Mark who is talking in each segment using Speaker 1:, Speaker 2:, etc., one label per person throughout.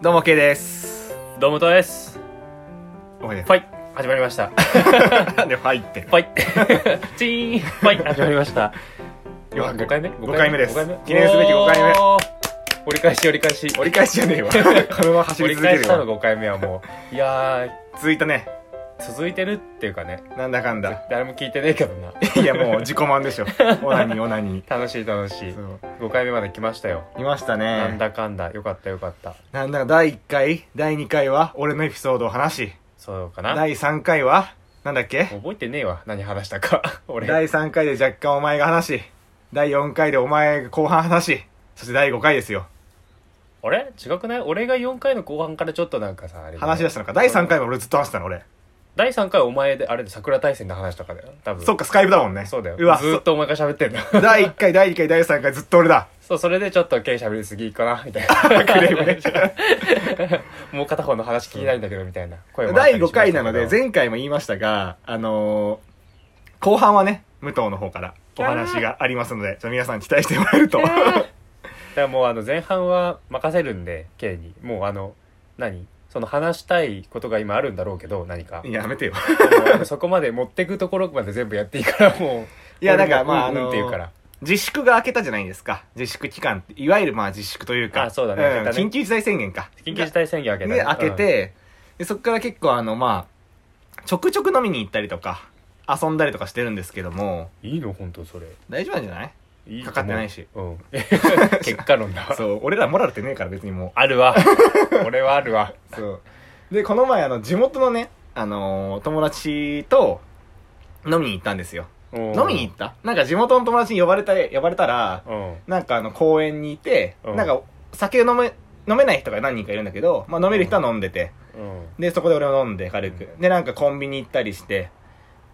Speaker 1: どうもけいです。
Speaker 2: どうもとです。
Speaker 1: おめで
Speaker 2: ファイ始まりました。フ
Speaker 1: なんでファイって。
Speaker 2: ァイ チーンファイ始まりました。
Speaker 1: よは
Speaker 2: 5回目
Speaker 1: 5回目です
Speaker 2: 五回目
Speaker 1: 記念すべき5回目
Speaker 2: おー折り返し折り返し。
Speaker 1: 折り返しじゃねえわ。このまま走
Speaker 2: 折
Speaker 1: り
Speaker 2: り
Speaker 1: 続け
Speaker 2: 返し
Speaker 1: る
Speaker 2: たの
Speaker 1: わ。
Speaker 2: 5回目はもう、いや
Speaker 1: 続いたね。
Speaker 2: ー、続いてるっていうかね、
Speaker 1: なんだかんだ。
Speaker 2: 誰も聞いてねえけどな。
Speaker 1: いやもう自己満でしょ。オナニーオナニ
Speaker 2: 楽しい楽しい
Speaker 1: ー。。そう。
Speaker 2: 5回目まで来ましたよ。
Speaker 1: いましたね。
Speaker 2: なんだかんだ、よかったよかった。
Speaker 1: なんだか第1回、第2回は俺のエピソードを話し、
Speaker 2: そうかな。
Speaker 1: 第3回は、なんだっけ
Speaker 2: 覚えてねえわ、何話したか。 俺。
Speaker 1: 第3回で若干お前が話し、第4回でお前が後半話し、そして第5回ですよ。
Speaker 2: あれ違くない俺が4回の後半からちょっとなんかさ、あれだね
Speaker 1: 話し出したのか。第3回は俺ずっと話してたの俺。
Speaker 2: 第3回お前で、あれで桜大戦の話とかだよ。多分。
Speaker 1: そっか、スカイブだもんね。
Speaker 2: そうだよ。
Speaker 1: うわ、
Speaker 2: ずーっとお前が喋ってんだ。
Speaker 1: そ第1回、第2回、第3回ずっと俺 だ。
Speaker 2: そう、それでちょっとケイ喋りすぎかなみたいな。
Speaker 1: クレームね
Speaker 2: もう片方の話聞きないんだけど、みた いな声もあったり
Speaker 1: 第
Speaker 2: しま
Speaker 1: 5
Speaker 2: したけ
Speaker 1: 回
Speaker 2: ど
Speaker 1: なので、前回も言いましたが、あのー後半はね、武藤の方からお話がありますので、ちょっと皆さん期待してもらえると。
Speaker 2: だからもうあの前半は任せるんで、ケイに。もうあの、何その話したいことが今あるんだろうけど、何か。
Speaker 1: やめてよ。
Speaker 2: もうあのそこまで持ってくところまで全部やっていいから、もう。
Speaker 1: いや
Speaker 2: 俺も
Speaker 1: だからまあ
Speaker 2: うんうん
Speaker 1: あの
Speaker 2: っていうから。
Speaker 1: 自粛が明けたじゃないですか。自粛期間って、いわゆるまあ自粛というか、
Speaker 2: あそうだね
Speaker 1: ん
Speaker 2: 明けたね
Speaker 1: 緊急事態宣言か。
Speaker 2: 緊急事態宣言明けた
Speaker 1: で、明け、て、でそこから結構あの、まあ、ちょくちょく飲みに行ったりとか、遊んだりとかしてるんですけども、
Speaker 2: うんいいの本当それ。
Speaker 1: 大丈夫なんじ ゃない
Speaker 2: いい
Speaker 1: かかってないし。
Speaker 2: うん。 結果論 だわ。
Speaker 1: そう、俺らモラルってねえから別にもう。
Speaker 2: あるわ。 俺はあるわ。
Speaker 1: そう。で、この前、あの、地元のね、あのー友達と、飲みに行ったんですよ。飲
Speaker 2: 飲
Speaker 1: みに行ったなんか地元の友達に呼ばれた、呼ばれたら、
Speaker 2: うん。
Speaker 1: なんかあの、公園にいて、
Speaker 2: うん
Speaker 1: なんか、酒飲め、飲めない人が何人かいるんだけど、まあ飲める人は飲んでて、
Speaker 2: うん。
Speaker 1: で、そこで俺も飲んで、軽く
Speaker 2: う。
Speaker 1: で、なんかコンビニ行ったりして、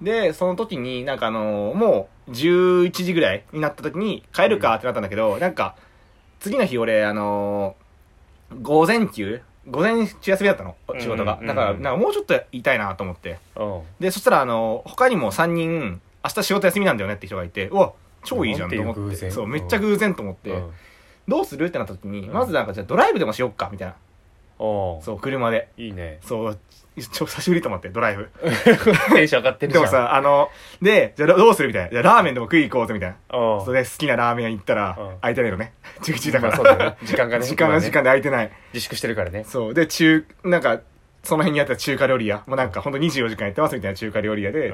Speaker 1: で、その時に、なんかあのーもう、11時ぐらいになった時に、帰るかってなったんだけど、なんか、次の日俺、あのー午前休午前中休みだったの、仕事が。
Speaker 2: うんうんう
Speaker 1: だ
Speaker 2: ん
Speaker 1: から、なんかもうちょっといたいなと思って。
Speaker 2: うん。
Speaker 1: で、そしたら、あのー他にも3人、明日仕事休みなんだよねって人がいて、うわ、超いいじゃんと思
Speaker 2: なんていう
Speaker 1: っ
Speaker 2: 偶
Speaker 1: て。
Speaker 2: 然
Speaker 1: そう、めっちゃ偶然と思って、
Speaker 2: うん
Speaker 1: どうするってなった時に、
Speaker 2: うん
Speaker 1: まずなんか、じゃあドライブでもしよっか、みたいな。
Speaker 2: お
Speaker 1: そう、車で。
Speaker 2: ういいね
Speaker 1: そう、ちょ、久しぶりと思って、ドライブ。
Speaker 2: テンション上がってる
Speaker 1: で
Speaker 2: じゃん
Speaker 1: もさ、あの、で、じゃあどうするみたいな。じゃあラーメンでも食い行こうぜみたいな。
Speaker 2: おう
Speaker 1: それで好きなラーメン屋行ったら
Speaker 2: うん、
Speaker 1: 空いてないのね。11時 だか
Speaker 2: ま
Speaker 1: ら。
Speaker 2: あそうだよね時間が ね
Speaker 1: 時間が
Speaker 2: 今ね
Speaker 1: 時間で空いてない。
Speaker 2: 自粛してるからね
Speaker 1: そう。で、中、なんか、その辺にあった中華料理屋。もうなんか、ほんと24時間やってますみたいな中華料理屋
Speaker 2: う
Speaker 1: で、
Speaker 2: ん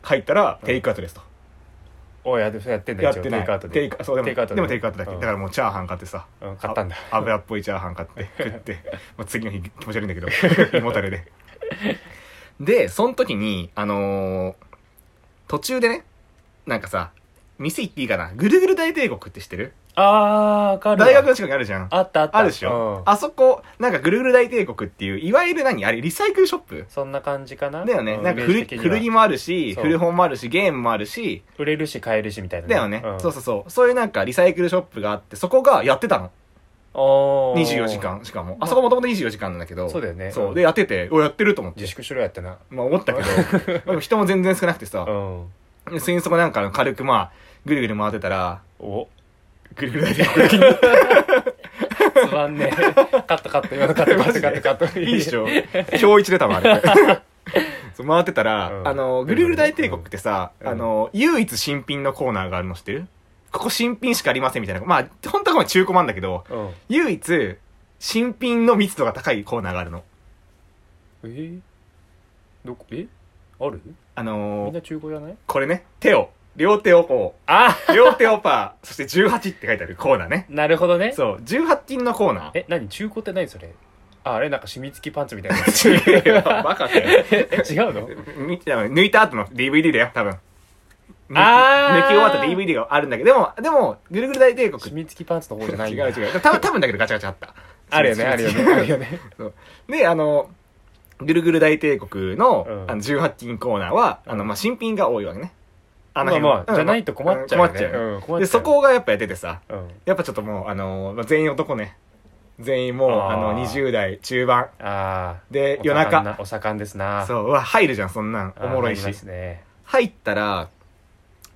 Speaker 1: 入ったら、
Speaker 2: うん
Speaker 1: テイクアウトですと。
Speaker 2: おうやでそうやってんだ
Speaker 1: やっ
Speaker 2: 一応
Speaker 1: てない。
Speaker 2: テイクアウトで
Speaker 1: テイク、そう、でも、
Speaker 2: テイクアウト
Speaker 1: でもテイクアウトだけ。
Speaker 2: うん
Speaker 1: だからもうチャーハン買ってさ。
Speaker 2: うん買ったんだ
Speaker 1: あ油っぽいチャーハン買 って、食って。まあ次の日気持ち悪いんだけど、 胃もたれで。で、その時に、あのー途中でね、なんかさ、店行っていいかなぐるぐる大帝国って知ってる
Speaker 2: あーわかるわ
Speaker 1: 大学の近くにあるじゃん。
Speaker 2: あったあった
Speaker 1: あるでしょ
Speaker 2: うん
Speaker 1: あそこ、なんかぐるぐる大帝国っていう、いわゆる何あれ、リサイクルショップ
Speaker 2: そんな感じかな
Speaker 1: だよね。
Speaker 2: う
Speaker 1: なんか
Speaker 2: イメ
Speaker 1: 古
Speaker 2: ージ的には
Speaker 1: 古着もあるし、
Speaker 2: そう
Speaker 1: 古本もあるし、ゲームもあるし、
Speaker 2: 売れるし買えるしみたいな
Speaker 1: だよね、
Speaker 2: ん
Speaker 1: そうそうそう。そういうなんかリサイクルショップがあって、そこがやってたの。
Speaker 2: おー
Speaker 1: 24時間しかも。あそこもともと24時間なんだけど。
Speaker 2: そうだよね
Speaker 1: そうう。
Speaker 2: ん
Speaker 1: で、やってて、お、やってると思って
Speaker 2: 自。粛しろやってな
Speaker 1: まあ思ったけど、 でも人も全然少なくて
Speaker 2: う
Speaker 1: さ、
Speaker 2: ん
Speaker 1: でそこなんか軽くまあ、ぐるぐる回ってた ら、
Speaker 2: お
Speaker 1: ぐるぐる大帝国
Speaker 2: つまんねえカットカット今のカットカットカットカット
Speaker 1: いいでしょ今日一で多分あ れ。そう回ってたら、
Speaker 2: うん
Speaker 1: あの、ぐるぐる大帝国ってさ、
Speaker 2: うん
Speaker 1: あの、唯一新品のコーナーがあるの知ってるここ新品しかありませんみたいな。まあ、本当はこれ中古なんだけど、
Speaker 2: うん
Speaker 1: 唯一、新品の密度が高いコーナーがあるの。
Speaker 2: えどこえある
Speaker 1: あ
Speaker 2: み
Speaker 1: の
Speaker 2: ん
Speaker 1: ー
Speaker 2: な中古じゃない
Speaker 1: これね、手を、両手をこ
Speaker 2: あ
Speaker 1: う、両手をパー、そして18って書いてあるコーナーね。
Speaker 2: なるほどね。
Speaker 1: そう、18金のコーナー。
Speaker 2: え、何中古って何それあ、あれなんか染み付きパンツみた いなやつ。
Speaker 1: 違うよバカかよ。
Speaker 2: え、違うの
Speaker 1: み抜いた後の DVD だよ、多分。抜
Speaker 2: あ
Speaker 1: 抜
Speaker 2: ー
Speaker 1: き終わった DVD があるんだけど、でも、でも、ぐるぐる大帝国
Speaker 2: 染み付きパンツの方じゃない
Speaker 1: 違
Speaker 2: ん
Speaker 1: う
Speaker 2: だ。
Speaker 1: 違う。多分、多分だけどガチャガチャあった。
Speaker 2: あるよね、あるよね、あるよね。
Speaker 1: で、あの、ぐるぐる大帝国の,、
Speaker 2: うん
Speaker 1: あの18金コーナーは、
Speaker 2: うん
Speaker 1: あの、まあ、新品が多いわけね。あ
Speaker 2: まあまあ、じゃないと困っちゃうよね。
Speaker 1: 困っちゃうよね
Speaker 2: うん、困っちゃう。
Speaker 1: で、そ、こがやっぱやっててさ、
Speaker 2: うん。
Speaker 1: やっぱちょっともう、あの、まあ、全員男ね。全員もう、あ
Speaker 2: あー
Speaker 1: の、20代中盤。
Speaker 2: あー。
Speaker 1: で
Speaker 2: お、
Speaker 1: 夜
Speaker 2: 盛
Speaker 1: 中。
Speaker 2: んな。お盛んですな。
Speaker 1: そう、うわ、入るじゃん、そんなん。
Speaker 2: あー
Speaker 1: おもろいし
Speaker 2: なり。ますね。
Speaker 1: 入ったら、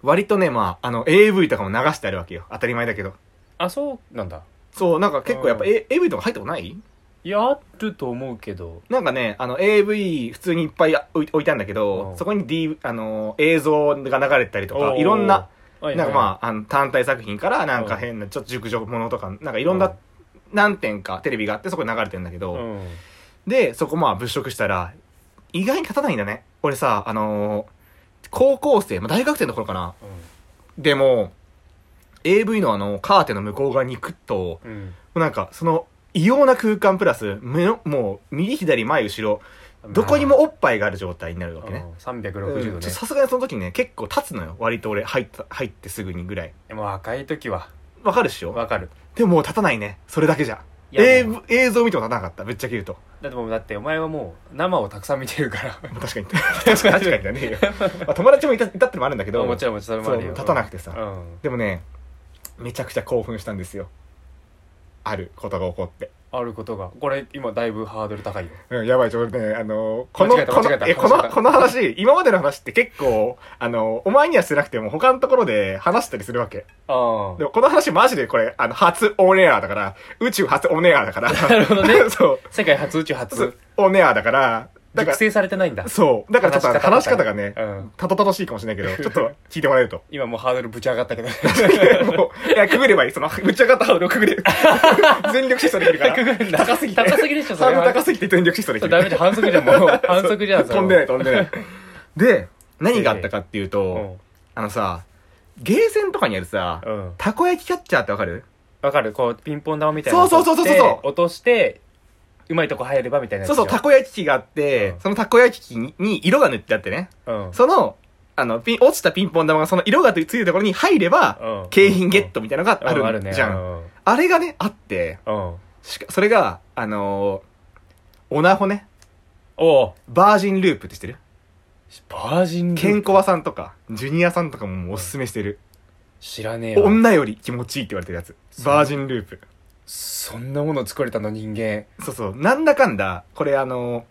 Speaker 1: 割とね、まあ、あの、AV とかも流してあるわけよ。当たり前だけど。
Speaker 2: あ、そうなんだ。
Speaker 1: そう、なんか結構やっぱ、
Speaker 2: うん
Speaker 1: A- AV とか入ったことない
Speaker 2: いやあると思うけど
Speaker 1: なんかね、あの、AV 普通にいっぱい置い置いたんだけ
Speaker 2: う
Speaker 1: ど
Speaker 2: ん、
Speaker 1: そこに、D、あの、映像が流れてたりとか、
Speaker 2: おー
Speaker 1: いろんな、
Speaker 2: はい
Speaker 1: なんか
Speaker 2: は
Speaker 1: まあ、あの、単体作品から、なん
Speaker 2: う
Speaker 1: か
Speaker 2: ん
Speaker 1: 変な、ちょっと熟女ものとか、なんかい
Speaker 2: い
Speaker 1: ろん
Speaker 2: う
Speaker 1: な何点かテレビがあって、そこに流れてんだけ
Speaker 2: う
Speaker 1: ど、
Speaker 2: ん
Speaker 1: で、そこまあ物色したら、意外に立たないんだね。俺さ、あのー高校生、まあ大学生の頃かな。でも、AV のあの、カーテンの向こう側に行くと、
Speaker 2: うんうん
Speaker 1: なんか、その、異様な空間プラス、目の、もう、右左前後ろ、どこにもおっぱいがある状態になるわけね。
Speaker 2: うん360度
Speaker 1: うんちょ、
Speaker 2: ね
Speaker 1: さすがにその時ね、結構立つのよ。割と俺、入った、入ってすぐにぐらい。
Speaker 2: もう赤い時は
Speaker 1: わかるっしょ
Speaker 2: わかる
Speaker 1: でももう立たないね。それだけじゃ。
Speaker 2: いや
Speaker 1: 映
Speaker 2: も
Speaker 1: 像映像見ても立たなかった。ぶっちゃけ言うと。
Speaker 2: だってもうだってお前はもう生をたくさん見てるから
Speaker 1: まあ確かに。確かにだねえよ。まあ友達もいたいたってのもあるんだけど、
Speaker 2: もちろんもちろんそれもある
Speaker 1: そ
Speaker 2: よ
Speaker 1: う立たなくてさ
Speaker 2: うん
Speaker 1: でもね、めちゃくちゃ興奮したんですよ。あることが起こって。
Speaker 2: あることがこれ今だいぶハードル高いよ
Speaker 1: うん、やばい、ちょ、俺ね、あのー、この、
Speaker 2: 間違えた
Speaker 1: この
Speaker 2: 間違え、た
Speaker 1: え、この
Speaker 2: 間違え、た
Speaker 1: この話、今までの話って結構、あのー、お前にはしてなくても、他のところで話したりするわけ。
Speaker 2: あ
Speaker 1: でも、この話マジでこれ、あの、初オンエアだから、宇宙初オンエアだから。
Speaker 2: なるほど ね
Speaker 1: そう。
Speaker 2: 世界初宇宙初
Speaker 1: オンエアだから、だか
Speaker 2: 熟
Speaker 1: ら、
Speaker 2: 成されてないんだ
Speaker 1: そう。だからちょっと話し方がね
Speaker 2: う、ん
Speaker 1: たどたどしいかもしれないけど、ちょっと聞いてもらえると。
Speaker 2: 今もうハードルぶち上がったけど
Speaker 1: もういや、くぐればいい。その、ぶち上がったハードルをくぐれる。 全力疾走できるから。
Speaker 2: くぐるんだ
Speaker 1: 高すぎて。
Speaker 2: 高すぎでしょそ
Speaker 1: ハー
Speaker 2: れ
Speaker 1: ド
Speaker 2: は
Speaker 1: ル高すぎて全力疾走でき
Speaker 2: そ
Speaker 1: る。
Speaker 2: れダメじゃん反則じゃんもう反則じゃんそれ
Speaker 1: 飛んでない飛んでないで何があったかっていう
Speaker 2: う
Speaker 1: と、
Speaker 2: ん
Speaker 1: あのさゲーセンとかにあるさ、
Speaker 2: うん
Speaker 1: たこ焼きキャッチャーってわかる
Speaker 2: わかるこうピンポン玉みたいな
Speaker 1: そうそうそうそうそう
Speaker 2: のを取って落としてうまいとこ入ればみたいなやつ
Speaker 1: そう
Speaker 2: でし
Speaker 1: そ
Speaker 2: ょ
Speaker 1: うたこ焼き器があって、
Speaker 2: うん
Speaker 1: そのたこ焼き器にに色が塗ってあってね
Speaker 2: うん
Speaker 1: そのあのピン落ちたピンポン玉がその色がついてるところに入れば、
Speaker 2: うん
Speaker 1: 景品ゲットみたいなのがある,、
Speaker 2: うんあるね
Speaker 1: じゃん、
Speaker 2: うん
Speaker 1: あれがねあって
Speaker 2: うん
Speaker 1: しかそれがあのー、オナホね
Speaker 2: おう
Speaker 1: バージンループって知ってる
Speaker 2: バージンループ
Speaker 1: ケンコバさんとかジュニアさんとかももうおすすめしてる、
Speaker 2: 知らねえわ
Speaker 1: 女より気持ちいいって言われてるやつ
Speaker 2: そう
Speaker 1: バージンループ
Speaker 2: そんなもの作れたの人間
Speaker 1: そうそう。なんだかんだ、これあの、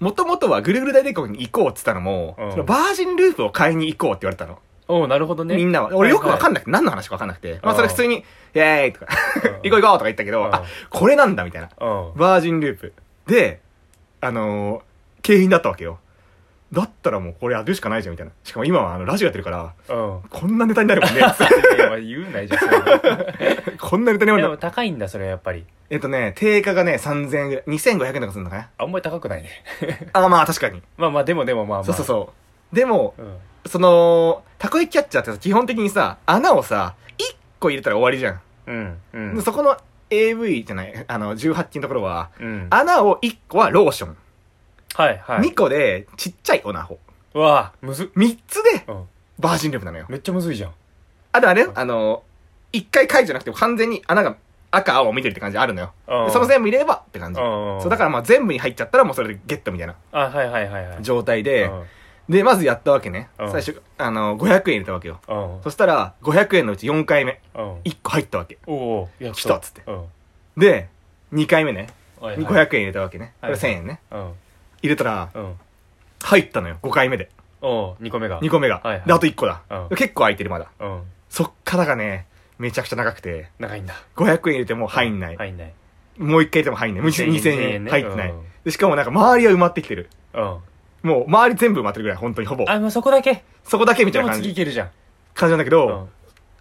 Speaker 1: もともとはぐるぐる大帝国に行こうって言ったのも、
Speaker 2: うん
Speaker 1: そのバージンループを買いに行こうって言われたの。
Speaker 2: おうなるほどね
Speaker 1: みんなは。俺よくわか
Speaker 2: ん
Speaker 1: んなくて、何の話かわかんなくて。まあ
Speaker 2: うん
Speaker 1: それ普通に、イェーイとか、
Speaker 2: ない
Speaker 1: 行こう行こうとか言ったけど、あ、これなんだみたいな。
Speaker 2: うん
Speaker 1: バージンループ。で、あのー景品だったわけよ。だったらもうこれやるしかないじゃんみたいな。しかも今はあのラジオやってるから、
Speaker 2: うん
Speaker 1: こんなネタになるも んね。
Speaker 2: いやまあ言うないじゃんそれ は
Speaker 1: こんなネタにな
Speaker 2: で
Speaker 1: るも
Speaker 2: も
Speaker 1: ん
Speaker 2: 高いんだそれはやっぱり
Speaker 1: えっとね、定価がね、3000円ぐらい、2500円とかするのかな。
Speaker 2: あんまり高くないね
Speaker 1: あ、まあ確かに。
Speaker 2: まあまあでもでもまあまあ
Speaker 1: そうそうそう。でも、
Speaker 2: うん
Speaker 1: その、たこ焼きキャッチャーってさ、基本的にさ、穴をさ、1個入れたら終わりじゃん。
Speaker 2: うんうん
Speaker 1: そこの AV じゃない、あの、18金のところは、
Speaker 2: うん
Speaker 1: 穴を1個はローション。
Speaker 2: はいはい
Speaker 1: 2個で、ちっちゃいオナホ。
Speaker 2: うわあむずっ
Speaker 1: 3つで、
Speaker 2: うん
Speaker 1: バージンループなのよ。
Speaker 2: めっちゃむずいじゃん
Speaker 1: あとあれよあの、1回解じゃなくても完全に穴が赤、青、緑って感じあるのよ。でその全部入れればって感じ。そう、だかららまあ全部に入っちゃったらもうそれでゲットみたいな
Speaker 2: あはいはいはいはい
Speaker 1: 状態
Speaker 2: う
Speaker 1: で、
Speaker 2: ん
Speaker 1: で、まずやったわけね。
Speaker 2: うん
Speaker 1: 最初、あの、500円入れたわけよ。
Speaker 2: うん
Speaker 1: そしたら、500円のうち4回目、
Speaker 2: うん
Speaker 1: 1個入ったわけ。
Speaker 2: おおやっと
Speaker 1: 来たっつって
Speaker 2: うん
Speaker 1: で、2回目ね。
Speaker 2: はいはい
Speaker 1: 500円入れたわけね。こ
Speaker 2: はい
Speaker 1: れ1000円ね。
Speaker 2: うん
Speaker 1: 入れたら、
Speaker 2: うん
Speaker 1: 入ったのよ。5回目で。
Speaker 2: お2個目が
Speaker 1: 2個目が。
Speaker 2: はいはい
Speaker 1: で、あと1個だ。
Speaker 2: うん
Speaker 1: 結構空いてる、まだ。
Speaker 2: うん
Speaker 1: そっからがね、めちゃくちゃ長くて、
Speaker 2: 長いんだ
Speaker 1: 500円入れても入んない。
Speaker 2: 入んない
Speaker 1: もう1回入れても入んない。むしろ2000
Speaker 2: 2000
Speaker 1: 円
Speaker 2: ね
Speaker 1: 入ってない、
Speaker 2: うん
Speaker 1: で。しかもなんか周りは埋まってきてる。
Speaker 2: うん
Speaker 1: もう周り全部埋まってるぐらい、本当にほぼ。
Speaker 2: あもうそこだけ
Speaker 1: そこだけみた
Speaker 2: で
Speaker 1: いな
Speaker 2: も
Speaker 1: 感
Speaker 2: 次い
Speaker 1: じ。
Speaker 2: けるじゃん
Speaker 1: 感じなんだけ
Speaker 2: う
Speaker 1: ど
Speaker 2: ん、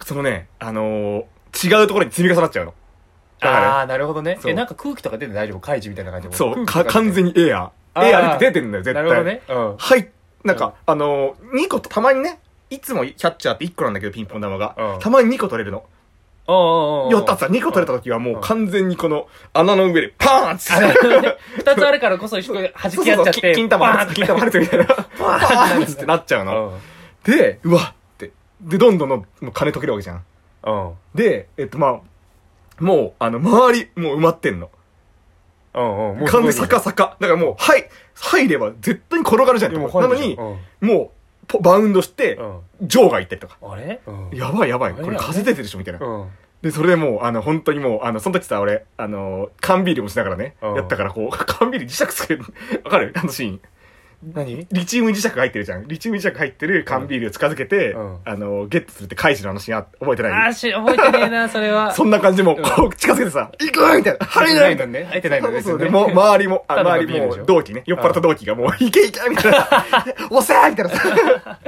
Speaker 1: そのね、あのー、違うところに積み重なっちゃうの。だからね
Speaker 2: ああなるほどね
Speaker 1: そう
Speaker 2: えなんか空気とか出て大丈夫カイジみたいな感じで
Speaker 1: そう、か
Speaker 2: 空気と出て
Speaker 1: 完全にエア
Speaker 2: あ
Speaker 1: ー。
Speaker 2: ー
Speaker 1: エアーだって出てんだよ、絶
Speaker 2: な
Speaker 1: 対。
Speaker 2: るほどねうん
Speaker 1: はい。なん
Speaker 2: うん
Speaker 1: か、あのー、2個と、たまにね、いつもキャッチャーって1個なんだけど、ピンポン玉
Speaker 2: うん
Speaker 1: が。たまに2個取れるの。
Speaker 2: おうおうおう
Speaker 1: やったっつ2個取れた時はもう完全にこの穴の上でパーンっつっ
Speaker 2: あな
Speaker 1: て。
Speaker 2: るほどね二つあるからこそ一個弾き合っちゃって。
Speaker 1: 金玉
Speaker 2: バ
Speaker 1: ハ
Speaker 2: ーン
Speaker 1: ルツ、金玉ハルツみたいな。パーンっつってなっちゃうの。で、うわって。で、どんどんどんもう金溶けるわけじゃん。
Speaker 2: うん。うん。
Speaker 1: で、えっとまあ、もう、あの、周り、もう埋まってんの。
Speaker 2: うんうん。もう
Speaker 1: 完全に逆坂。だからもう、はい、入れば絶対に転がるじゃん。
Speaker 2: でも
Speaker 1: なのに
Speaker 2: う、ん。
Speaker 1: もうポ、バウンドして、場外行ったりとか。
Speaker 2: あれうん。
Speaker 1: やばいやばい、
Speaker 2: あれ
Speaker 1: これ風出てるでしょみたいな
Speaker 2: う。ん。
Speaker 1: で、それでもう、あの、本当にもう、あの、その時さ、俺、あの、缶ビールもしながらね、
Speaker 2: うん
Speaker 1: やったから、こう、缶ビール磁石つける、わかるあのシーン。
Speaker 2: 何
Speaker 1: リチウム磁石が入ってるじゃん。リチウム磁石が入ってる缶ビールを近づけて、
Speaker 2: うん
Speaker 1: あの、ゲットするってカイジの話が覚えて
Speaker 2: あ
Speaker 1: ない
Speaker 2: ーし覚えてねえ なそれは
Speaker 1: そんな感じも、
Speaker 2: うん
Speaker 1: こう近づけてさ、行くみたいな、入れないみたいな。
Speaker 2: ね入ってないんだね
Speaker 1: そうで、もう、周りも、あ
Speaker 2: ただの
Speaker 1: 周
Speaker 2: ビ
Speaker 1: り
Speaker 2: ール
Speaker 1: も
Speaker 2: でしょ、
Speaker 1: 同期ね、酔っ払った同期がもう、いけいけみたいな、 おせーみたいなさ、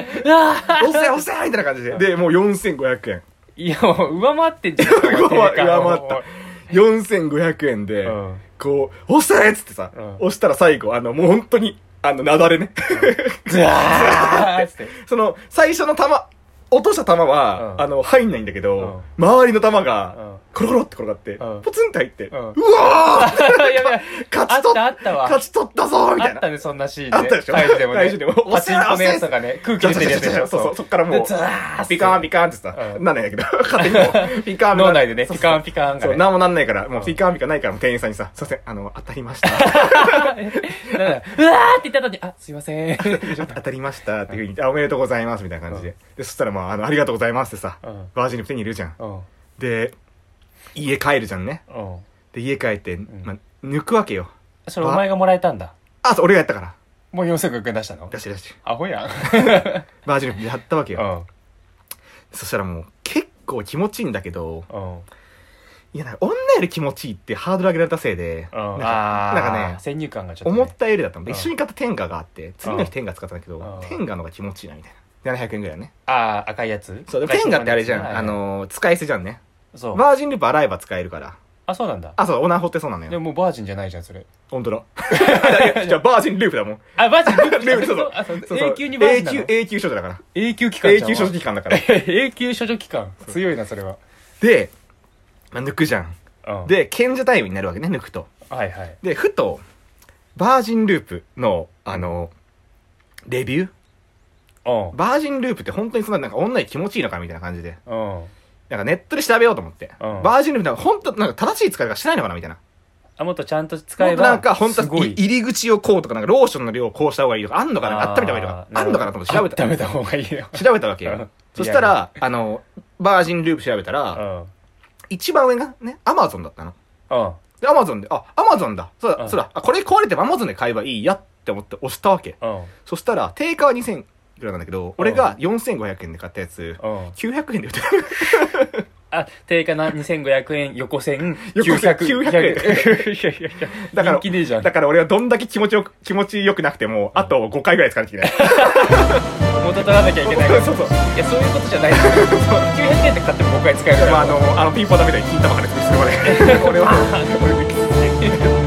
Speaker 1: おせーおせーみたいな感じで。で、もう4500円。
Speaker 2: いやもう上回ってんじゃ ん
Speaker 1: 上回上回っ4500円で、
Speaker 2: うん
Speaker 1: こう、押せーっつってさ、
Speaker 2: うん
Speaker 1: 押したら最後、あの、もう本当に、あの、なだれね。
Speaker 2: たっつ って
Speaker 1: その、最初の弾、落とした弾は、
Speaker 2: うん
Speaker 1: あの、入んないんだけど、周りの弾
Speaker 2: う
Speaker 1: が、
Speaker 2: ん
Speaker 1: コロコロって転がって、
Speaker 2: うん
Speaker 1: ポツンって入って、
Speaker 2: う
Speaker 1: うんわー
Speaker 2: やばい
Speaker 1: 勝
Speaker 2: あ
Speaker 1: ち
Speaker 2: っ
Speaker 1: 取
Speaker 2: たあ
Speaker 1: っ
Speaker 2: ったわ
Speaker 1: 勝ち取ったぞーみ
Speaker 2: あ
Speaker 1: たい
Speaker 2: っ
Speaker 1: な
Speaker 2: た。ね、そんなシーンね。
Speaker 1: あったでしょ
Speaker 2: 大事でもね。
Speaker 1: 大事でも
Speaker 2: パチンコのやつとかね、空気出てるやつでしょ。
Speaker 1: そうそう、そっからも
Speaker 2: でザーッ
Speaker 1: う、ピカーンピカーンってさ、
Speaker 2: うん
Speaker 1: なんないんだけど、 勝手にもう、ピカーン
Speaker 2: 脳内でね、
Speaker 1: そう
Speaker 2: ピ
Speaker 1: そう
Speaker 2: カンピカンが
Speaker 1: そう、
Speaker 2: ね。
Speaker 1: なんもなんないから、も
Speaker 2: うん
Speaker 1: うピカーンピカーンないから、もう店員さんにさ、すいません、あの、当たりました。
Speaker 2: なんだうわーって言った後に、あ、すい ません。
Speaker 1: 当たりましたっていうふうに、あ、おめでとうございますみたいな感じで。で、そしたらまあ、あの、ありがとうございますってさ、
Speaker 2: うん
Speaker 1: バージンに手にいるじゃん。
Speaker 2: うん。
Speaker 1: で、家帰るじゃんね。
Speaker 2: うん。
Speaker 1: で、家帰って、
Speaker 2: ん
Speaker 1: まあ、抜くわけよ。
Speaker 2: それお前がもらえたんだ。
Speaker 1: あ、そう、俺がやったから。
Speaker 2: もう4500円出したの
Speaker 1: 出して出して。
Speaker 2: ア ホやん。
Speaker 1: バージンやったわけ
Speaker 2: う
Speaker 1: よ。
Speaker 2: ん。うん。
Speaker 1: そしたらもう、結構気持ちいいんだけど、いや、なんか女より気持ちいいってハードル上げられたせいで、なんか
Speaker 2: あー
Speaker 1: なんかね、
Speaker 2: 先入観がちょっとね。
Speaker 1: 思ったよりだったの。
Speaker 2: うん
Speaker 1: 一緒に買った天下があって、次の日天下使ったんだけ
Speaker 2: うん
Speaker 1: ど、天下の方が気持ちいいなみたいな。700円ぐらいね。
Speaker 2: あー、赤いやつ
Speaker 1: そう、でも天下ってあれじゃ
Speaker 2: はい
Speaker 1: ん。
Speaker 2: はい
Speaker 1: あのー、使い捨てじゃんね。
Speaker 2: そう。
Speaker 1: バージンループ洗えば使えるから。
Speaker 2: あ、そうなんだ。
Speaker 1: あ、そう、オナホってそうなの
Speaker 2: で
Speaker 1: よ。
Speaker 2: ももうバージンじゃないじゃん、それ。
Speaker 1: 本当 だ。いやじゃあ、バージンループだもん。
Speaker 2: あ、バージン
Speaker 1: ループ、そう
Speaker 2: あ そう
Speaker 1: そう。
Speaker 2: 永久にバージンな
Speaker 1: 永
Speaker 2: の
Speaker 1: 久、永久処女だか
Speaker 2: 永久期
Speaker 1: ら。
Speaker 2: 間
Speaker 1: 永
Speaker 2: じゃ
Speaker 1: 久処
Speaker 2: ん
Speaker 1: 女期間だから。
Speaker 2: 永久処女期間強いなそれは、
Speaker 1: で、まあ抜くじゃん。
Speaker 2: うん、
Speaker 1: で、賢者タイムになるわけね、抜くと。
Speaker 2: はいはい
Speaker 1: で、ふと、バージンループの、あの、レビュー
Speaker 2: う
Speaker 1: バージンループって本当にそんな、なんか女に気持ちいいのかみたいな感じで。
Speaker 2: んうん
Speaker 1: なんかネットで調べようと思って。
Speaker 2: うん
Speaker 1: バージンループなんか本当、なんか正しい使い方しないのかなみたいな。
Speaker 2: あもっとちゃんと使
Speaker 1: も
Speaker 2: え
Speaker 1: っとな
Speaker 2: ば
Speaker 1: んか本当
Speaker 2: すご
Speaker 1: はい入り口をこうとか、なんかローションの量をこうした方がいいとか、あんのかな
Speaker 2: あ
Speaker 1: 温
Speaker 2: ー
Speaker 1: めた方がいいとか、
Speaker 2: な
Speaker 1: あ
Speaker 2: るほ
Speaker 1: んの
Speaker 2: ど
Speaker 1: かなと思って調べた
Speaker 2: 温。めた方がいいよ
Speaker 1: 調べたわけ
Speaker 2: うん
Speaker 1: よ。そした
Speaker 2: リア
Speaker 1: ら、あの、バージンループ調べた
Speaker 2: う
Speaker 1: ら、
Speaker 2: んうん
Speaker 1: 一番上がね、アマゾンだったの。
Speaker 2: あ
Speaker 1: で、アマゾンで、あ、アマゾンだ。そう
Speaker 2: うん
Speaker 1: だ、そうだ。あ、これ壊れてもアマゾンで買えばいいやって思って押したわけ。
Speaker 2: うん
Speaker 1: そしたら、定価は2000いくらなんだけど、俺が4500円で買ったやつ、
Speaker 2: うん
Speaker 1: 900円で売ってた。
Speaker 2: あ定価な2500円横線
Speaker 1: 横線900円
Speaker 2: 円いやいやいや
Speaker 1: だから
Speaker 2: 人気ねえじゃん
Speaker 1: だから俺はどんだけ気持ちよく、気持ちよくなくても、あと5回ぐらい使わなきゃいけ
Speaker 2: 元取らなきゃいけない
Speaker 1: な
Speaker 2: か ら
Speaker 1: い。 そうそう。
Speaker 2: いやそういうことじゃないんだよ900円で買っても5回使えるか
Speaker 1: まあ、
Speaker 2: ら
Speaker 1: あ の、あの、ピンポンダメだよ。金玉から潰してもらえ。俺は、俺びっくりした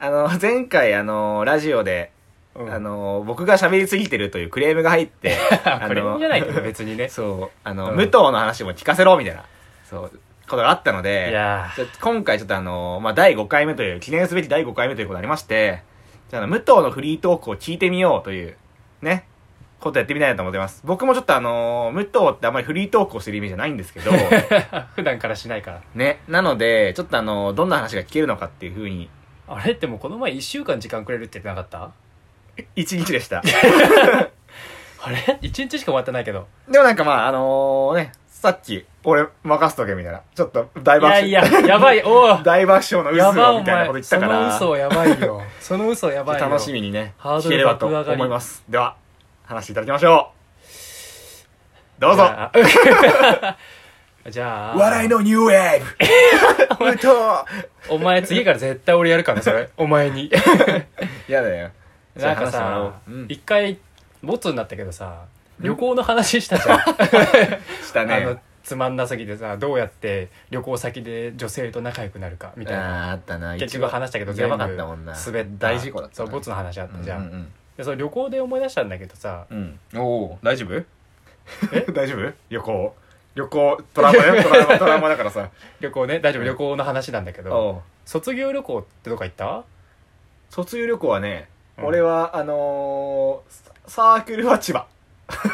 Speaker 1: あの、前回、あの、ラジオで、
Speaker 2: うん
Speaker 1: あの、僕が喋りすぎてるというクレームが入 って、あ
Speaker 2: これ
Speaker 1: の
Speaker 2: じゃないけど別にね
Speaker 1: そう、あの、
Speaker 2: うん
Speaker 1: 武藤の話も聞かせろ、みたいな、そう、ことがあったの
Speaker 2: い
Speaker 1: で、
Speaker 2: や
Speaker 1: ちょ今回ちょっとあの、まあ、第5回目という、記念すべき第5回目ということになりまして、じゃああの、武藤のフリートークを聞いてみようという、ね、ことやってみたいなと思ってます。僕もちょっとあの、武藤ってあんまりフリートークをしてるイメージじゃないんですけ ど、
Speaker 2: ー普段からしないから
Speaker 1: ね、なので、ちょっとあの、どんな話が聞けるのかっていうふうに、
Speaker 2: あれってもうこの前1週間時間くれるって言ってなかった
Speaker 1: 一日でした。
Speaker 2: あれ ?1 日しか終わってないけど。
Speaker 1: でもなんかまあ、あのね、さっき、俺、任せとけみたいな、ちょっと大
Speaker 2: い
Speaker 1: 爆
Speaker 2: や
Speaker 1: 笑、
Speaker 2: いや、やばい、おう
Speaker 1: 大爆笑の
Speaker 2: や
Speaker 1: 渦
Speaker 2: ばい
Speaker 1: を
Speaker 2: お
Speaker 1: みたいなこと
Speaker 2: 前、
Speaker 1: 言っ
Speaker 2: そ
Speaker 1: たか
Speaker 2: の
Speaker 1: ら、
Speaker 2: 嘘やばいよ。その嘘やば いよ。
Speaker 1: 楽しみにね、
Speaker 2: ハード
Speaker 1: 聞
Speaker 2: ル
Speaker 1: ければと
Speaker 2: 爆上がり
Speaker 1: 思います。では、話していただきましょう。どう
Speaker 2: じ
Speaker 1: ぞ。
Speaker 2: ゃあ。 じゃあ
Speaker 1: 笑いのニューウェ ーブ歌
Speaker 2: お前次から絶対俺やるからね、それ。お前に。
Speaker 1: やだよ。
Speaker 2: なんかさ
Speaker 1: う、ん
Speaker 2: 一回、ボツになったけどさ、旅行の話したじゃん。
Speaker 1: した
Speaker 2: あ
Speaker 1: ね。
Speaker 2: の、つまんなすぎてさ、どうやって旅行先で女性と仲良くなるか、みたいな。
Speaker 1: あーあったな。
Speaker 2: 結局話したけど
Speaker 1: や
Speaker 2: 全部
Speaker 1: ばかったもんな。
Speaker 2: 滑った
Speaker 1: 大事故だった
Speaker 2: そ
Speaker 1: な。
Speaker 2: うボツの話あったじゃん、
Speaker 1: うんうん
Speaker 2: でその旅行で思い出したんだけどさ
Speaker 1: うん。うん。おお大丈夫 大丈夫旅行。旅行、トラウマ よ。トラウマ、トラウマだからさ。
Speaker 2: 旅行ね大丈夫旅行の話なんだけど
Speaker 1: おう
Speaker 2: 卒業旅行ってどこ 行った
Speaker 1: 卒業旅行はね、
Speaker 2: うん
Speaker 1: 俺は、あのーササークルは千葉。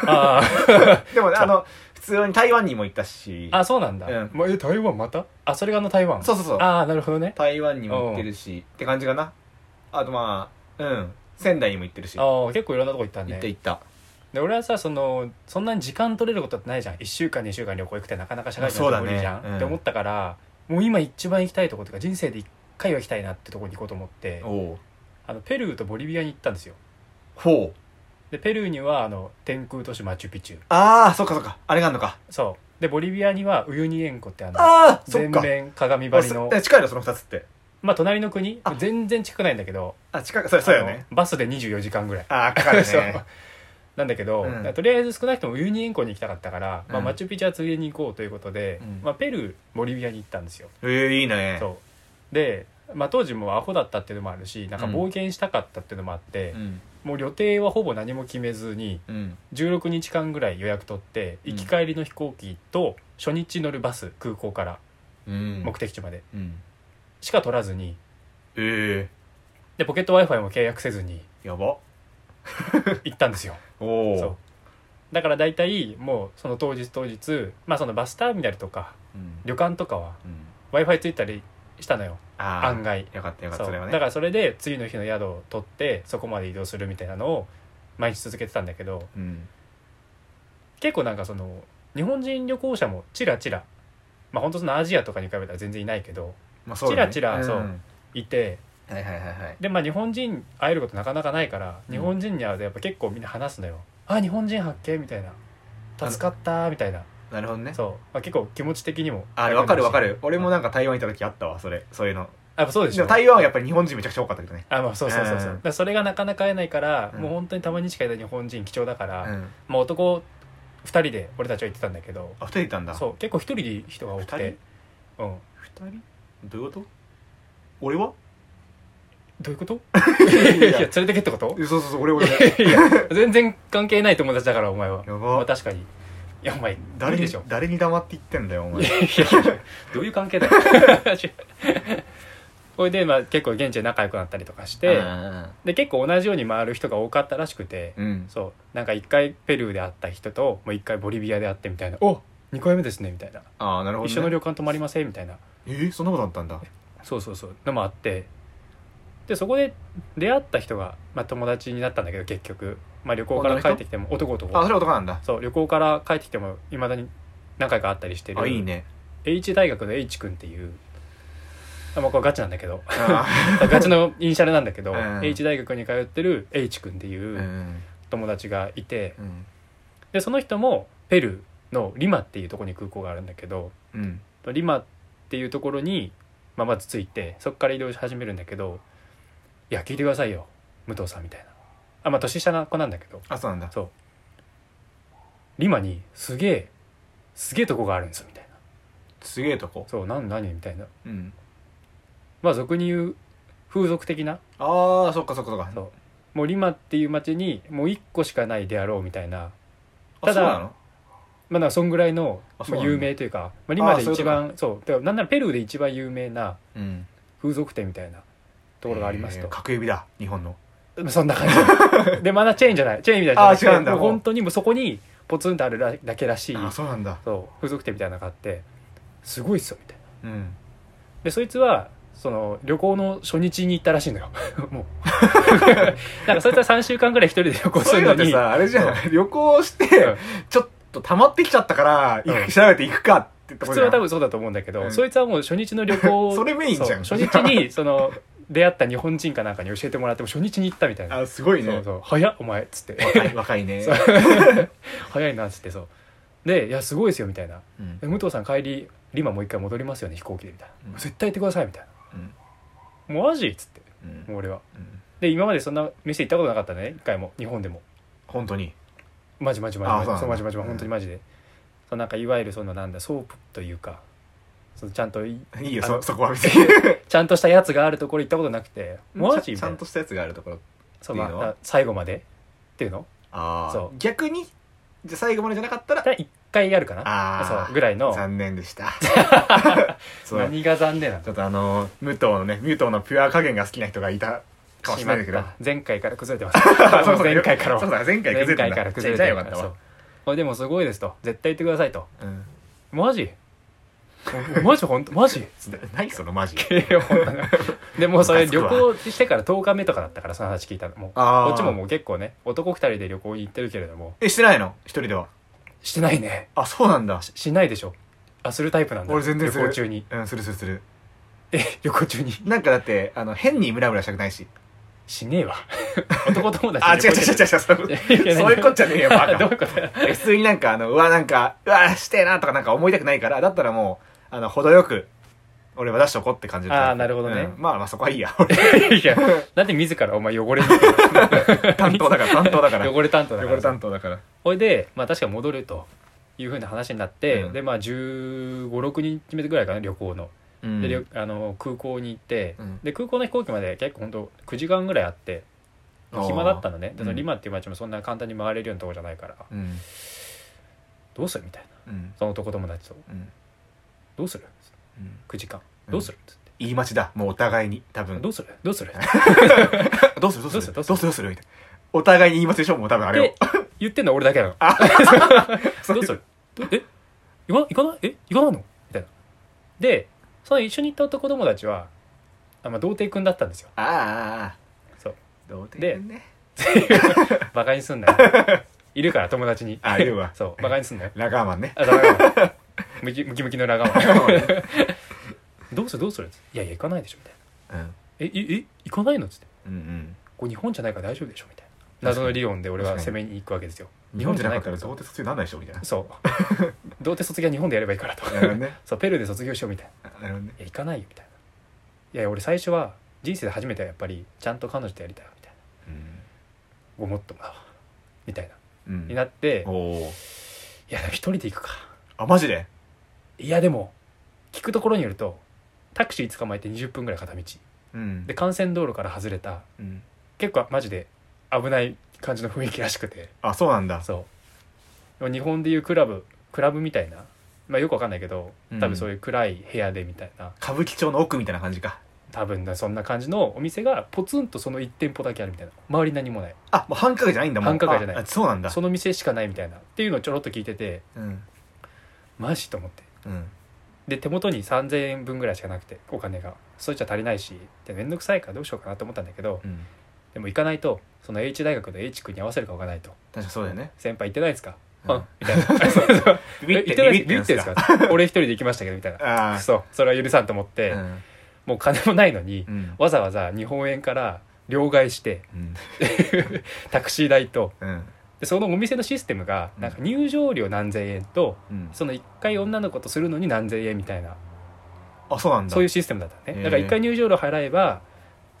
Speaker 2: あ
Speaker 1: でもね、あの、普通に台湾にも行ったし
Speaker 2: ー、あそうなんだ、
Speaker 1: うん
Speaker 2: まえ台湾またあそれがあの台湾
Speaker 1: そうそうそう。
Speaker 2: ああなるほどね
Speaker 1: 台湾にも行ってるし、って感じかな。あとまあ、うん。仙台にも行ってるし。行
Speaker 2: ああ結構いろんなとこ行った
Speaker 1: った
Speaker 2: ね
Speaker 1: 行った。
Speaker 2: で俺はさそのそんなに時間取れることってないじゃん1週間2週間旅行行くってなかなか社会人の
Speaker 1: そう
Speaker 2: 人
Speaker 1: だね
Speaker 2: 無理じゃん、
Speaker 1: うん
Speaker 2: って思ったからもう今一番行きたいとことか人生で一回は行きたいなってとこに行こうと思って
Speaker 1: おう
Speaker 2: あのペルーとボリビアに行ったんですよ
Speaker 1: ほう
Speaker 2: でペルーにはあの天空都市マチュピチュ
Speaker 1: ああそっかそっかあれがあんのか
Speaker 2: そうでボリビアにはウユニ塩湖ってあの
Speaker 1: ああそっ
Speaker 2: 全
Speaker 1: か
Speaker 2: 面鏡張
Speaker 1: あ
Speaker 2: り
Speaker 1: そ
Speaker 2: の
Speaker 1: え近いのその2つって
Speaker 2: まあ隣の国
Speaker 1: あ
Speaker 2: 全然近くないんだけど
Speaker 1: あ近いそれそうだよね
Speaker 2: あのバスで24時間ぐらい
Speaker 1: ああーかかる
Speaker 2: そう
Speaker 1: ね
Speaker 2: なんだけど、
Speaker 1: うん
Speaker 2: とりあえず少なくともウユニ塩湖に行きたかったから、ま
Speaker 1: う
Speaker 2: あ、
Speaker 1: ん
Speaker 2: マチュピチュは次に行こうということで、
Speaker 1: うん
Speaker 2: まあ、ペルーボリビアに行ったんですよ、
Speaker 1: ええいいね
Speaker 2: そうで、まあ、当時もうアホだったっていうのもあるしなんか冒険したかったっていうのもあって、
Speaker 1: うん
Speaker 2: もう予定はほぼ何も決めずに
Speaker 1: うん
Speaker 2: 16日間ぐらい予約取って
Speaker 1: うん
Speaker 2: 行き帰りの飛行機と初日乗るバス空港から
Speaker 1: うん
Speaker 2: 目的地まで
Speaker 1: うん
Speaker 2: しか取らずに
Speaker 1: え
Speaker 2: でポケット w i f i も契約せずに
Speaker 1: えやば
Speaker 2: 行ったんですよ
Speaker 1: おお
Speaker 2: そうだから大体もうその当日当日、まあ、そのバスターミナルとか
Speaker 1: うん
Speaker 2: 旅館とかは
Speaker 1: うん、
Speaker 2: w i f i ついたりしたのよ
Speaker 1: あ
Speaker 2: 案
Speaker 1: あ
Speaker 2: 外
Speaker 1: よかったよかっ
Speaker 2: そ
Speaker 1: た
Speaker 2: う
Speaker 1: それ
Speaker 2: だ
Speaker 1: はね
Speaker 2: からそれで次の日の宿を取ってそこまで移動するみたいなのを毎日続けてたんだけど
Speaker 1: うん
Speaker 2: 結構なんかその日本人旅行者もちらちらまあ本当そのアジアとかに比べたら全然いないけど
Speaker 1: まあそうだね
Speaker 2: チラチラそうんいて
Speaker 1: はいはいはいはい
Speaker 2: でまあ日本人会えることなかなかないから
Speaker 1: うん
Speaker 2: 日本人に会うとやっぱ結構みんな話すのよ「あ日本人発見」みたいな「助かった」みたいな
Speaker 1: なるほどね
Speaker 2: そう、まあ、結構気持ち的にも
Speaker 1: あれわかるわか
Speaker 2: 楽
Speaker 1: る
Speaker 2: だし
Speaker 1: 俺もなんか台湾行った時あったわそれそういうの
Speaker 2: あやっぱそうでし
Speaker 1: で
Speaker 2: ょ
Speaker 1: も台湾はやっぱり日本人めちゃくちゃ多かったけどね
Speaker 2: あまあそうそうそうそう、
Speaker 1: うん
Speaker 2: だからそれがなかなか会えないから、
Speaker 1: うん
Speaker 2: もう本当にたまにしかいない日本人貴重だから、
Speaker 1: うん
Speaker 2: まあ男2人で俺たちは行ってたんだけど
Speaker 1: あ二人いたんだ
Speaker 2: そう結構1人で人が多くてうん
Speaker 1: 二人どういうこと俺は
Speaker 2: どういうこと いや
Speaker 1: いや
Speaker 2: 連れてけってこと
Speaker 1: そうそうそう俺俺
Speaker 2: いや全然関係ない友達だからお前は、
Speaker 1: や
Speaker 2: ま
Speaker 1: ば
Speaker 2: あ、確かにいやお前
Speaker 1: 誰
Speaker 2: 無理
Speaker 1: に
Speaker 2: でしょ
Speaker 1: 誰に黙って言ってんだよお
Speaker 2: い
Speaker 1: 前
Speaker 2: やいやいやどういう関 係だよ 違うこれで、まあ、結構現地で仲良くなったりとかして、
Speaker 1: うん
Speaker 2: で結構同じように回る人が多かったらしくて、
Speaker 1: うん
Speaker 2: そうなんか一回ペルーで会った人ともう一回ボリビアで会ってみたいな「お二2回目ですね」みたいな
Speaker 1: ああなる
Speaker 2: 「
Speaker 1: ほどね
Speaker 2: 一緒の旅館泊まりません」みたいな
Speaker 1: えーそんなことあったんだ
Speaker 2: そうそうそうのもあってでそこで出会った人が、まあ、友達になったんだけど結局、まあ、旅行から帰ってきても男
Speaker 1: あそ
Speaker 2: 男
Speaker 1: れ男なんだ
Speaker 2: そう旅行から帰ってきてもいまだに何回か会ったりしてる
Speaker 1: あいいね
Speaker 2: H 大学の H 君っていうあまあこれガチなんだけど
Speaker 1: あ
Speaker 2: ガチのイニシャルなんだけど、
Speaker 1: うん
Speaker 2: H 大学に通ってる H 君ってい
Speaker 1: ーう
Speaker 2: うん友達がいて、
Speaker 1: うん
Speaker 2: でその人もペルーのリマっていうところに空港があるんだけど
Speaker 1: うん
Speaker 2: リマっていうところに、まあ、まず着いてそこから移動し始めるんだけど「いや聞いてくださいよ武藤さん」みたいなあまあ年下の子なんだけど
Speaker 1: あそうなんだ
Speaker 2: そうリマにすげえすげえとこがあるんですよみたいな
Speaker 1: すげえとこ
Speaker 2: そう何何みたいな
Speaker 1: うん
Speaker 2: まあ俗に言う風俗的な
Speaker 1: ああそっかそっかそっか
Speaker 2: そうもうリマっていう街にもう1個しかないであろうみたいな
Speaker 1: あ
Speaker 2: ただ
Speaker 1: そうなの
Speaker 2: まあ、なんかそんぐらいの
Speaker 1: あそう
Speaker 2: ま
Speaker 1: なん
Speaker 2: あ、
Speaker 1: だ
Speaker 2: 有名というか、まあ、リマで
Speaker 1: あそういうこと
Speaker 2: 一番そうだからなんならペルーで一番有名な
Speaker 1: うん
Speaker 2: 風俗店みたいなところがあります
Speaker 1: えー
Speaker 2: と、
Speaker 1: 格指だ日本の
Speaker 2: そんな感 じでまだチェーンじゃないチェーンみたいなじゃ
Speaker 1: あ違
Speaker 2: な
Speaker 1: う
Speaker 2: く
Speaker 1: ん
Speaker 2: て
Speaker 1: だ
Speaker 2: もう本当にもうそこにポツンとあるらだけらしい
Speaker 1: あそうなんだ
Speaker 2: そう風俗店みたいなのがあってすごいっすよみたいな
Speaker 1: うん
Speaker 2: でそいつはその旅行の初日に行ったらしいのよ もうなんかそいつは3週間ぐらい一人で旅行す
Speaker 1: そうい
Speaker 2: る
Speaker 1: う
Speaker 2: の
Speaker 1: のって
Speaker 2: に
Speaker 1: さあれじゃん旅行し
Speaker 2: うん
Speaker 1: てちょっと溜まってきちゃったから
Speaker 2: うん
Speaker 1: 行く調べて行くかってとこ
Speaker 2: 普
Speaker 1: じ
Speaker 2: 通
Speaker 1: ゃ
Speaker 2: は
Speaker 1: ん
Speaker 2: 多分そうだと思うんだけど、
Speaker 1: うん
Speaker 2: そいつはもう初日の旅 行
Speaker 1: それメインじゃん
Speaker 2: そう初日にその出会った日本人かなんかに教えてもらっても初日に行ったみたい な
Speaker 1: あすごい
Speaker 2: そ
Speaker 1: ね
Speaker 2: うそう早っお前っつって
Speaker 1: 若い若いね
Speaker 2: そう早いなっつってそうで「いやすごいですよ」みたいな
Speaker 1: うん
Speaker 2: 「え武藤さん帰りリマもう一回戻りますよね飛行機で」みたい
Speaker 1: う
Speaker 2: な
Speaker 1: ん
Speaker 2: 「絶対行ってください」みたい
Speaker 1: うん
Speaker 2: な「もうマジ?」っつって
Speaker 1: うん
Speaker 2: もう俺は
Speaker 1: うん
Speaker 2: で今までそんな店行ったことなかったね一回も日本でも
Speaker 1: 本当に
Speaker 2: マジマジマ
Speaker 1: あ
Speaker 2: ジ
Speaker 1: そうなんだ
Speaker 2: マジそうマジマジマジ
Speaker 1: うん
Speaker 2: 本当にマジで、そうなんかいわゆるそのなんだソープというかそのちゃんとい
Speaker 1: いいよ
Speaker 2: あの
Speaker 1: そそこは別に
Speaker 2: ちゃんとしたやつがあるところ行ったことなくて マ
Speaker 1: ち
Speaker 2: ジ
Speaker 1: ゃ
Speaker 2: み
Speaker 1: ちゃ
Speaker 2: たい
Speaker 1: ん
Speaker 2: な
Speaker 1: としたやつがあるところ
Speaker 2: そうま
Speaker 1: っていうのは
Speaker 2: あ最後までっていうの
Speaker 1: ああ
Speaker 2: そう
Speaker 1: 逆にじゃあ最後までじゃなかったら
Speaker 2: だ1回やるかな
Speaker 1: あ
Speaker 2: そう
Speaker 1: ー
Speaker 2: ぐらいの
Speaker 1: 残念でした そう
Speaker 2: 何が残念なの
Speaker 1: ちょっとあの武藤のね武藤のピュア加減が好きな人がいたかもしれないんだけど
Speaker 2: しまった前回から崩れてます
Speaker 1: そうそう
Speaker 2: 前回から
Speaker 1: そう
Speaker 2: は
Speaker 1: だ前回崩
Speaker 2: 前
Speaker 1: れて
Speaker 2: 回
Speaker 1: んだ
Speaker 2: から崩れ
Speaker 1: じゃ
Speaker 2: て
Speaker 1: あ
Speaker 2: る
Speaker 1: よかった
Speaker 2: そう
Speaker 1: わ
Speaker 2: これでもすごいですと絶対言ってくださいと
Speaker 1: うん
Speaker 2: マジ おマジ本当 マジ
Speaker 1: な何そのマジ
Speaker 2: でもうそれ
Speaker 1: ムカつく
Speaker 2: 旅
Speaker 1: わ
Speaker 2: 行してから10日目とかだったからその話聞いたのもう
Speaker 1: あー
Speaker 2: こっちももう結構ね男2人で旅行に行ってるけれども
Speaker 1: えしてないの一人では
Speaker 2: してないね
Speaker 1: あそうなんだ
Speaker 2: ししないでしょあするタイプなんだ
Speaker 1: 俺全然する
Speaker 2: 旅行 中に
Speaker 1: うんするするする
Speaker 2: え旅行中に
Speaker 1: なんかだってあの変にムラムラしたくないし
Speaker 2: しね えわ男友達
Speaker 1: あ違う違う違う違うそういうこと そういうことじゃねえよバ
Speaker 2: どう
Speaker 1: カ
Speaker 2: いうこと
Speaker 1: 普通になんかあのうわなんかうわしてえなとかなんか思いたくないからだったらもうあの程よく俺は出しとこうって感じ
Speaker 2: あーなるほどね
Speaker 1: うんまあまあそこはいいや
Speaker 2: いやなんで自らお前汚れ に
Speaker 1: 担当だ から担当だから
Speaker 2: 汚れ担当だから
Speaker 1: 汚れ担当だから
Speaker 2: ほいで、まあ、確か戻るというふうな話になって、
Speaker 1: うん
Speaker 2: でまあ1 5六6日目ぐらいかな旅行の,
Speaker 1: う
Speaker 2: で、
Speaker 1: ん
Speaker 2: 旅あの空港に行って、
Speaker 1: うん
Speaker 2: で空港の飛行機まで結構本当9時間ぐらいあって暇だったのねでそのリマっていう街もそんな簡単に回れるようなとこじゃないから、
Speaker 1: うん
Speaker 2: どうするみたいな
Speaker 1: うん
Speaker 2: その男友達と
Speaker 1: うん
Speaker 2: 「どうする
Speaker 1: うん」
Speaker 2: 9時間
Speaker 1: うん
Speaker 2: どうする?」っつって
Speaker 1: 言い待ちだもうお互いに多
Speaker 2: 「
Speaker 1: 分
Speaker 2: どうするどうする?」っ
Speaker 1: どうするどうする
Speaker 2: ど
Speaker 1: ど
Speaker 2: う
Speaker 1: うす
Speaker 2: する
Speaker 1: るどうするみたいなお互いに言い待ちでしょもう多分あれを
Speaker 2: て言ってんのは俺だけなの「どうするどえ行か行かないえ行かないの?」みたいなでその一緒に行った男友達はあ、まあ、童貞君だったんですよ
Speaker 1: ああああ
Speaker 2: そう
Speaker 1: 童貞君ね
Speaker 2: バカにすんなよいるから友達に
Speaker 1: あいるわ
Speaker 2: そうバカにすんなよ
Speaker 1: ラガーマン ね
Speaker 2: あダメだムキムキムキのラガマンどうするどうするいやいや行かないでしょみたいな
Speaker 1: うん
Speaker 2: えいえ行かないのっつって
Speaker 1: うんうん
Speaker 2: これ日本じゃないから大丈夫でしょみたいな謎の理論で俺は攻めに行くわけですよ
Speaker 1: 日本じゃなかったら童貞卒業なんないでしょみたいな
Speaker 2: そう童貞卒業は日本でやればいいからと
Speaker 1: なるほ どね
Speaker 2: そうペルーで卒業しようみたいな
Speaker 1: なるほどね
Speaker 2: いや行かないよみたいないや俺最初は人生で初めてやっぱりちゃんと彼女とやりたいわみたいなごもっともだわみたいな
Speaker 1: うん
Speaker 2: になって
Speaker 1: おお
Speaker 2: いやでも一人で行くか
Speaker 1: あマジで
Speaker 2: いやでも聞くところによるとタクシー捕まえて20分ぐらい片道
Speaker 1: うん
Speaker 2: で幹線道路から外れた
Speaker 1: うん
Speaker 2: 結構マジで危ない感じの雰囲気らしくて
Speaker 1: あそうなんだ
Speaker 2: そう日本でいうクラブクラブみたいな、まあ、よくわかんないけど
Speaker 1: うん
Speaker 2: 多分そういう暗い部屋でみたいな、
Speaker 1: 歌舞伎町の奥みたいな感じか
Speaker 2: 多分なそんな感じのお店がポツンとその1店舗だけあるみたいな周り何もない
Speaker 1: あもう繁華街じゃないんだもう
Speaker 2: 繁華街じゃない
Speaker 1: ああそうなんだ
Speaker 2: その店しかないみたいなっていうのをちょろっと聞いてて
Speaker 1: うん
Speaker 2: マジと思って
Speaker 1: うん
Speaker 2: で手元に3000円分ぐらいしかなくてお金がそれじゃ足りないしで面倒くさいからどうしようかなと思ったんだけど
Speaker 1: うん
Speaker 2: でも行かないとその H 大学の H 君に合わせるかわからないと
Speaker 1: 確かそうだよね
Speaker 2: 先輩行ってないですか、
Speaker 1: うん
Speaker 2: うんみたい な
Speaker 1: ビビ
Speaker 2: え行
Speaker 1: っ
Speaker 2: って
Speaker 1: て
Speaker 2: ない
Speaker 1: ビ
Speaker 2: ビ
Speaker 1: ビ
Speaker 2: ビ
Speaker 1: っ
Speaker 2: ってて
Speaker 1: ん
Speaker 2: んですす
Speaker 1: か
Speaker 2: か 俺一人で行きましたけどみたいな
Speaker 1: あ
Speaker 2: クソそれは許さんと思って、
Speaker 1: あうん
Speaker 2: もう金もないのに
Speaker 1: うん
Speaker 2: わざわざ日本円から両替して
Speaker 1: うん
Speaker 2: タクシー代と
Speaker 1: うん
Speaker 2: でそのお店のシステムがなんか入場料何千円と
Speaker 1: うん
Speaker 2: その1回女の子とするのに何千円みたいな
Speaker 1: あそうなんだ
Speaker 2: そういうシステムだった
Speaker 1: へ
Speaker 2: ね
Speaker 1: え
Speaker 2: だから1回入場料払えば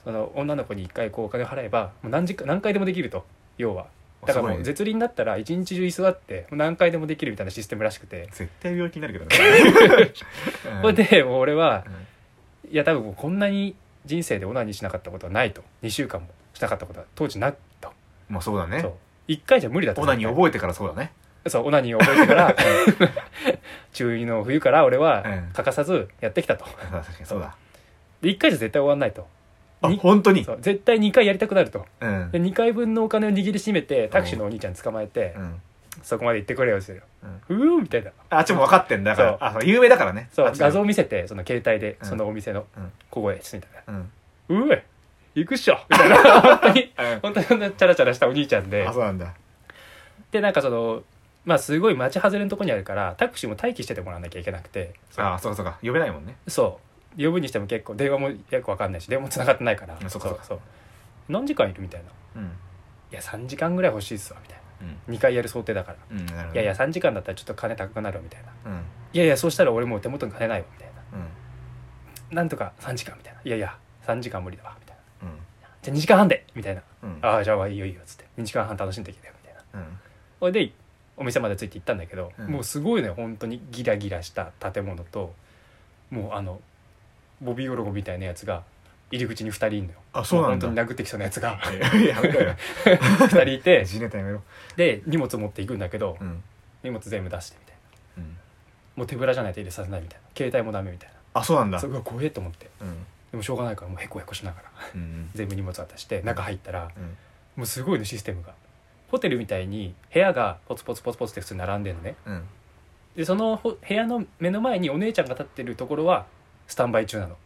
Speaker 2: その女の子に1回こうお金を払えばもう何時間何回でもできると要はだからもう
Speaker 1: 絶
Speaker 2: 絶倫だったら一日中居座ってもう何回でもできるみたいなシステムらしくて
Speaker 1: 絶対病気になるけ どね
Speaker 2: これでもう俺は
Speaker 1: うん
Speaker 2: いや多分もうこんなに人生でオナニーしなかったことはないと2週間もしなかったことは当時なと
Speaker 1: まあそうだ
Speaker 2: そう
Speaker 1: ね
Speaker 2: 1回じゃ無理だと
Speaker 1: オナニー覚えてからそうだね
Speaker 2: そうオナニーを覚えてから 中2の冬から俺は
Speaker 1: うん
Speaker 2: 欠かさずやってきたと
Speaker 1: あ確かにそうだ
Speaker 2: で1回じゃ絶対終わんないと
Speaker 1: あ
Speaker 2: に
Speaker 1: 本当に
Speaker 2: そう絶対2回やりたくなると
Speaker 1: うん
Speaker 2: で2回分のお金を握りしめてタクシーのお兄ちゃん捕まえて
Speaker 1: うん
Speaker 2: そこまで行ってくれよって言うのうーみたいな
Speaker 1: ああっちも分かってんだだから
Speaker 2: そう
Speaker 1: あそう有名だからね
Speaker 2: そ
Speaker 1: あ
Speaker 2: う
Speaker 1: っちも
Speaker 2: 画像見せてその携帯で
Speaker 1: うん
Speaker 2: そのお店の
Speaker 1: うん
Speaker 2: 小声ですみたいな
Speaker 1: うん
Speaker 2: 「うえ行くっしょ」みたいな 本当に
Speaker 1: うん
Speaker 2: 本当にそんなチャラチャラしたお兄ちゃんで
Speaker 1: あそうなんだ
Speaker 2: でなんかそのまあすごい街外れのとこにあるからタクシーも待機しててもらわなきゃいけなくて
Speaker 1: ああそうかそうか呼べないもんね
Speaker 2: そう呼ぶにしても結構電話もよくわかんないし電話も繋がってないから
Speaker 1: あそっかそっか
Speaker 2: う何時間いるみたいな「
Speaker 1: うん
Speaker 2: いや3時間ぐらい欲しいっすわ」みたい
Speaker 1: うん
Speaker 2: な2回やる想定だから「
Speaker 1: うんなるほど
Speaker 2: いやいや3時間だったらちょっと金高くなるわ」みたいな
Speaker 1: う
Speaker 2: 「
Speaker 1: ん
Speaker 2: いやいやそうしたら俺もう手元に金ないわ」みたいな
Speaker 1: うん
Speaker 2: 「なんとか3時間」みたいな「いやいや3時間無理だわ」みたいな
Speaker 1: うん
Speaker 2: 「じゃあ2時間半で」みたいな
Speaker 1: うん
Speaker 2: 「ああじゃあいいよいいよ」っつって「2時間半楽しんできてよ」みたいな
Speaker 1: うん
Speaker 2: それでお店までついて行ったんだけど、
Speaker 1: うん
Speaker 2: もうすごいね本当にギラギラした建物ともうあのボビー・オロゴみたいなやつが入り口に2人いるのよ
Speaker 1: あそうなんだ
Speaker 2: も本当に殴ってきそうなやつが
Speaker 1: いややめろよ
Speaker 2: 2人い て
Speaker 1: ジネタやめろ
Speaker 2: で荷物持っていくんだけど、
Speaker 1: うん
Speaker 2: 荷物全部出してみたいな
Speaker 1: うん
Speaker 2: もう手ぶらじゃないと入れさせないみたいな携帯もダメみたい
Speaker 1: あそうなん
Speaker 2: な
Speaker 1: だ
Speaker 2: それが怖えと思って
Speaker 1: うん
Speaker 2: でもしょうがないからもうへこへこしながら
Speaker 1: うん
Speaker 2: 全部荷物渡して中入ったら
Speaker 1: うん
Speaker 2: もうすごいねシステムがホテルみたいに部屋がポツポツポツポツって普通に並んでるのね
Speaker 1: うん
Speaker 2: でそのほ部屋の目の前にお姉ちゃんが立ってるところはスタンバイ中なの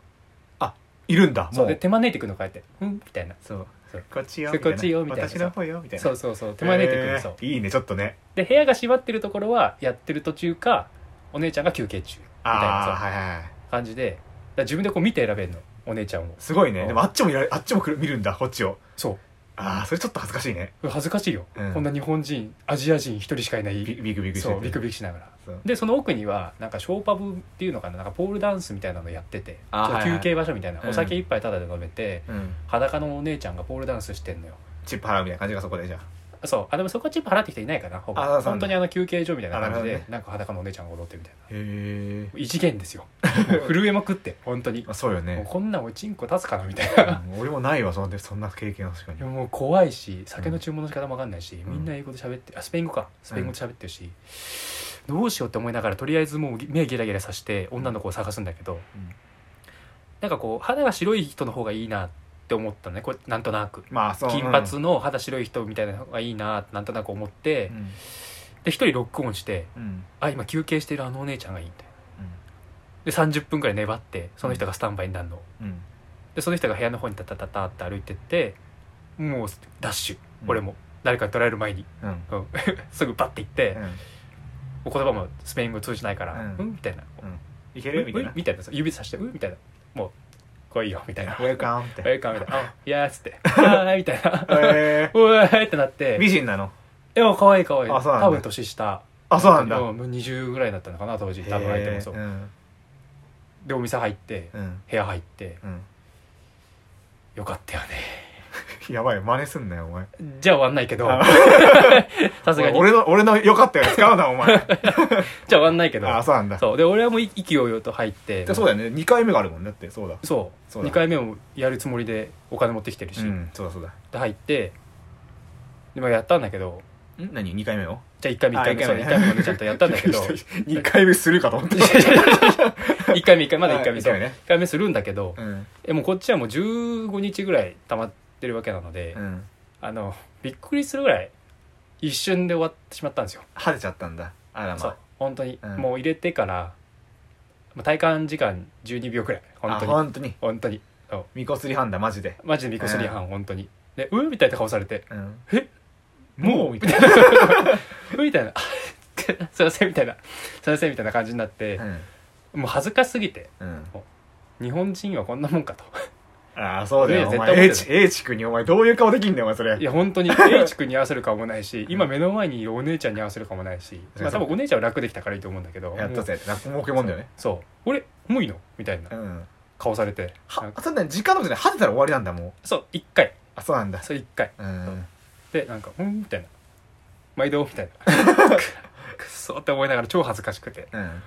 Speaker 1: いるんだ
Speaker 2: そ
Speaker 1: も
Speaker 2: うで
Speaker 1: う
Speaker 2: 手招いてくるのこうやって「うん?」みたいな
Speaker 1: そう
Speaker 2: そう
Speaker 1: こっちよ
Speaker 2: そうこっちよみたいな
Speaker 1: 私の方よみたいな
Speaker 2: そうそうそう手招いてくる
Speaker 1: へ
Speaker 2: の
Speaker 1: ー
Speaker 2: そう
Speaker 1: いいねちょっとね
Speaker 2: で部屋が縛ってるところはやってる途中かお姉ちゃんが休憩中
Speaker 1: ああ、
Speaker 2: みた
Speaker 1: はいはいはい。
Speaker 2: 感じでだから自分でこう見て選べるのお姉ちゃんを
Speaker 1: すごいね。
Speaker 2: うん
Speaker 1: でもあっちもいられあっちも来る見るんだ、こっちを。
Speaker 2: そう
Speaker 1: ああ、それちょっと恥ずかしいね。
Speaker 2: 恥ずかしいよ、
Speaker 1: うん
Speaker 2: こんな日本人アジア人一人しかいない
Speaker 1: ビビクビクしてて
Speaker 2: そうビクビクしながら
Speaker 1: そう
Speaker 2: でその奥にはなんかショーパブっていうのかななんかポールダンスみたいなのやってて
Speaker 1: あ
Speaker 2: ちょっと
Speaker 1: はいはい
Speaker 2: 休憩場所みたいな、
Speaker 1: うん
Speaker 2: お酒一杯タダで飲めて
Speaker 1: うん。
Speaker 2: 裸のお姉ちゃんがポールダンスしてんのよ
Speaker 1: チップ払うみたいな感じがそこで、じゃあ。
Speaker 2: そうあでもそこはチップ払ってきていないかなほぼ
Speaker 1: あそうなんだ
Speaker 2: 本当にあの休憩所みたいな感じで
Speaker 1: あな
Speaker 2: な,、
Speaker 1: るほどね
Speaker 2: んか裸のお姉ちゃんが踊ってるみたい
Speaker 1: へえ。
Speaker 2: な異次元ですよも う震えまくって本当に
Speaker 1: まあ、そうよ
Speaker 2: もう
Speaker 1: ね。
Speaker 2: こんなんおちんこ立つかなみたいな
Speaker 1: うん俺もないわ、そんなそんな経験は確かに
Speaker 2: いや。もう怖いし酒の注文の仕方も分かんないし、みんな英語で喋ってあスペイン語かスペイン語で喋ってるし、どうしようって思いながらとりあえずもう目ゲラゲラさして女の子を探すんだけど、
Speaker 1: ん
Speaker 2: なんかこう肌が白い人の方がいいなって思ったのねこれなんとなく
Speaker 1: まあ、そう。
Speaker 2: 金髪の肌白い人みたいな方がいいなってなんとなく思って、
Speaker 1: うん。
Speaker 2: で一人ロックオンして
Speaker 1: うん。
Speaker 2: あ今休憩してるあのお姉ちゃんがいいみたいな
Speaker 1: うん。
Speaker 2: で30分くらい粘ってその人がスタンバイになるの、
Speaker 1: うん。
Speaker 2: でその人が部屋の方にタタタタって歩いてってもうダッシュ
Speaker 1: うん
Speaker 2: 俺も誰かに捉える前に、
Speaker 1: うん。
Speaker 2: うんすぐパッて行って
Speaker 1: う、ん
Speaker 2: お言葉もスペイン語通じないから
Speaker 1: うん
Speaker 2: 「うん」みたいな「
Speaker 1: いけるみたい
Speaker 2: うん
Speaker 1: な。
Speaker 2: みたいなそう指さして「うん」みたいな「もう来いよ」みたいな
Speaker 1: ウェルカムっ
Speaker 2: ウ
Speaker 1: て。
Speaker 2: ェルカムみたいな「あいや」っ つって「はーい」みたいな
Speaker 1: へ
Speaker 2: 「 おーい」ってなって
Speaker 1: え。美人なの
Speaker 2: 「いや可愛い可愛い
Speaker 1: あそうなんだ
Speaker 2: 多分年下
Speaker 1: あ、そうなんだ。
Speaker 2: もう20ぐらいだったのかな当時多分相手もそう、
Speaker 1: へえうん。
Speaker 2: でお店入って
Speaker 1: うん。
Speaker 2: 部屋入って
Speaker 1: うん。
Speaker 2: よかったよね
Speaker 1: やばい、真似すんなよ、お前。
Speaker 2: じゃあ終わんないけど
Speaker 1: あ
Speaker 2: さすがに
Speaker 1: 俺の、俺の良かったよ、使うな、お前。
Speaker 2: じゃあ終わんないけど
Speaker 1: あ、そうなんだ。
Speaker 2: そうで俺はもう意気揚々と入って
Speaker 1: でそうだよね2回目があるもんねだってそうだ
Speaker 2: そう
Speaker 1: そうだ
Speaker 2: 2回目もやるつもりでお金持ってきてるし、
Speaker 1: うんそうだそうだ
Speaker 2: で入ってで、まあ、やったんだけけど
Speaker 1: ん何2回目を
Speaker 2: じゃあ1回目
Speaker 1: あ
Speaker 2: 1回目
Speaker 1: 一
Speaker 2: そう
Speaker 1: 回目
Speaker 2: 1回目までちゃんとやったんだけ ど
Speaker 1: 2回目するかと思って
Speaker 2: 1回目1回目まだ1回目
Speaker 1: 一
Speaker 2: そう
Speaker 1: 回
Speaker 2: 1
Speaker 1: 目ね
Speaker 2: 回目するんだけど
Speaker 1: うん
Speaker 2: えもうこっちはもう15日ぐらい溜まってるわけなので、
Speaker 1: うん
Speaker 2: あのびっくりするぐらい一瞬で終わってしまったんですよ、
Speaker 1: 晴れちゃったんだあらま
Speaker 2: そう本当に、
Speaker 1: うん
Speaker 2: もう入れてからまあ体感時間12秒くらい
Speaker 1: あ
Speaker 2: 本当に
Speaker 1: 本当に
Speaker 2: 本当に
Speaker 1: みこすり判断マジで
Speaker 2: マジでミコスリーハン本当にで「うみたいな顔されて
Speaker 1: うん
Speaker 2: え
Speaker 1: もうみたい
Speaker 2: 「うみたいな「すいません」みたいな「すいません」みたいな感じになって、
Speaker 1: な
Speaker 2: もう恥ずかしすぎて
Speaker 1: うんうん
Speaker 2: 日本人はこんなもんかと
Speaker 1: ああそうだよお
Speaker 2: ね
Speaker 1: 前 A
Speaker 2: 絶対思っ
Speaker 1: 地 A
Speaker 2: て
Speaker 1: 地君にお前どういう顔できんだよお前それ
Speaker 2: いや本当に A 地君に合わせる顔もないし今目の前にいるお姉ちゃんに合わせる顔もないし、まあ、多分お姉ちゃんは楽できたからいいと思うんだけど
Speaker 1: やったぜなんか儲けもんだよね
Speaker 2: そうそう俺もういいのみたいな
Speaker 1: うん
Speaker 2: 顔されてなん
Speaker 1: は
Speaker 2: か
Speaker 1: そんな時間のことね晴れたら終わりなんだもう
Speaker 2: そう一回
Speaker 1: あそうなんだ
Speaker 2: そう一回
Speaker 1: うん
Speaker 2: でなんか「うん」みたいな「毎度」みたい なくっそって思いながら超恥ずかしくて
Speaker 1: うん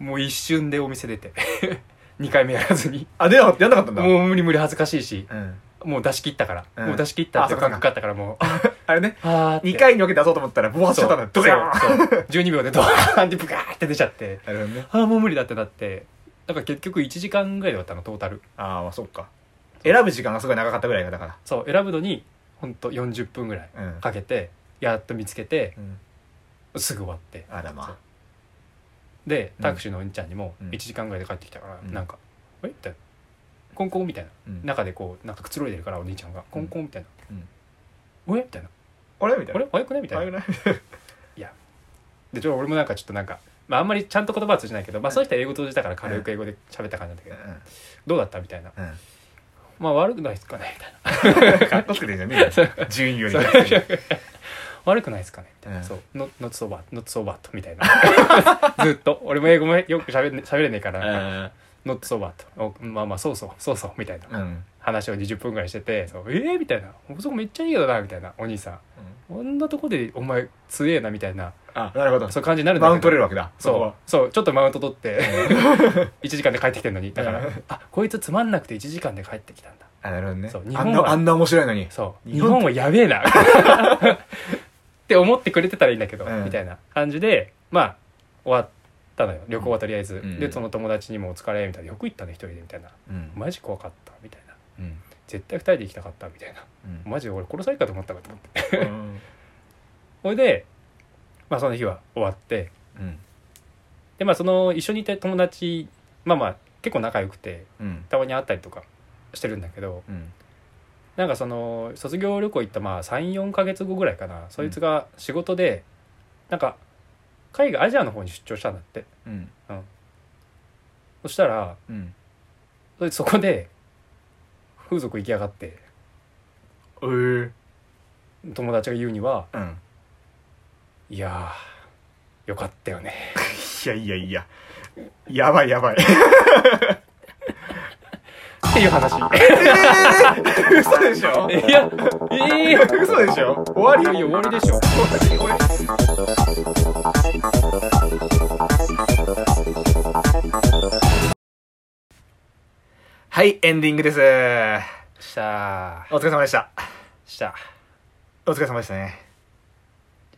Speaker 2: もう一瞬でお店出て2 回目やらずに
Speaker 1: あでやんなかったんだ
Speaker 2: もう無理無理恥ずかしいし
Speaker 1: うん
Speaker 2: もう出し切ったから、
Speaker 1: うん
Speaker 2: もう出し切ったって
Speaker 1: あそっか
Speaker 2: 感覚があったからもうあ
Speaker 1: あれね
Speaker 2: あーって
Speaker 1: 2回に分けて出そうと思ったら暴発しちゃったんだド
Speaker 2: そう
Speaker 1: ヤーン
Speaker 2: そうそう12秒でドーンってブカーって出ちゃって
Speaker 1: なるほどね
Speaker 2: ああもう無理だってなってだから結局1時間ぐらいだったのトータル
Speaker 1: ああまあそっか選ぶ時間がすごい長かったぐらいがだか
Speaker 2: そう選ぶのにほんと40分ぐらい
Speaker 1: らうん、
Speaker 2: かけてやっと見つけて
Speaker 1: うん、
Speaker 2: すぐ終わって
Speaker 1: あらま
Speaker 2: でタクシーのお兄ちゃんにも
Speaker 1: うん
Speaker 2: 1時間ぐらいで帰ってきたから、
Speaker 1: うん
Speaker 2: なんか「えみたいな「コンコン」みたいな
Speaker 1: あ、うん、
Speaker 2: 中でこうなんかくつろいでるからお兄ちゃんが「コンコン」みたいな「えみたいな
Speaker 1: あれみたい
Speaker 2: 「あ
Speaker 1: な
Speaker 2: れ早くない?」みたい
Speaker 1: あれな
Speaker 2: な
Speaker 1: い
Speaker 2: でちょっと俺もなんかちょっとなんか、まあ、あんまりちゃんと言葉は通じないけど、まあ、その人は英語通じたから軽く英語で喋った感じなんだけど、
Speaker 1: う
Speaker 2: どうだったみたいな。
Speaker 1: んうん
Speaker 2: まあ悪くないですかねみたいな。
Speaker 1: カッコつけてんじゃねえよ順位より
Speaker 2: 悪くないですかねみたいな。
Speaker 1: うん
Speaker 2: そう。not not so bad, not so bad みたいな。 ずっと。俺も英語もよく喋れ喋れねえからなんか、not so bad お。まあまあそうそう、そうそうみたいな
Speaker 1: うんうん
Speaker 2: 話を20分ぐらいしてて、そうええみたいな。そこめっちゃいいよなみたいな。お兄さん。こんなとこでお前強えなみたいな、
Speaker 1: あなるほど
Speaker 2: そういう感じになるんだけ
Speaker 1: マ
Speaker 2: ど。
Speaker 1: ウント取れるわけだこ
Speaker 2: そう
Speaker 1: は
Speaker 2: そうちょっとマウント取って 1時間で帰ってきてるのにだから
Speaker 1: うん
Speaker 2: あこいつつまんなくて1時間で帰ってきたんだ
Speaker 1: あなるほどね
Speaker 2: そう日
Speaker 1: あん
Speaker 2: 本は
Speaker 1: なあんな面白いのに
Speaker 2: そう
Speaker 1: 日
Speaker 2: 日
Speaker 1: 本
Speaker 2: 本はやべ えなって思ってくれてたらいいんだけど、
Speaker 1: うん
Speaker 2: みたいな感じでまあ終わったのよ旅行はとりあえず、
Speaker 1: うん
Speaker 2: でその友達にも「お疲れ」みたいな「よく行ったね一人で」みたいな
Speaker 1: うん
Speaker 2: 「マジ怖かった」みたいな
Speaker 1: うん
Speaker 2: 「絶対二人で行きたかった」みたいな「マジ俺殺されるかと思ったか」と思って
Speaker 1: うん
Speaker 2: それで、まあ、その日は終わって
Speaker 1: うん
Speaker 2: でまあその一緒にいた友達まあまあ結構仲良くて
Speaker 1: うん
Speaker 2: たまに会ったりとかしてるんだけど
Speaker 1: うん
Speaker 2: なんかその卒業旅行行ったまあ34か月後ぐらいかなそいつが仕事でなんか海外アジアの方に出張したんだって
Speaker 1: うん
Speaker 2: そしたら
Speaker 1: うん
Speaker 2: それそこで風俗行きやがって
Speaker 1: えー、
Speaker 2: 友達が言うには
Speaker 1: うん
Speaker 2: 「いやーよかったよね
Speaker 1: いやいやいややばいやば い」
Speaker 2: っていう話
Speaker 1: 嘘でしょ
Speaker 2: いやええ ー、
Speaker 1: 嘘でしょ終わり
Speaker 2: いやいや終わりでしょ
Speaker 1: はいエンディングです
Speaker 2: した
Speaker 1: お疲れ様でした
Speaker 2: した
Speaker 1: お疲れ様でしたね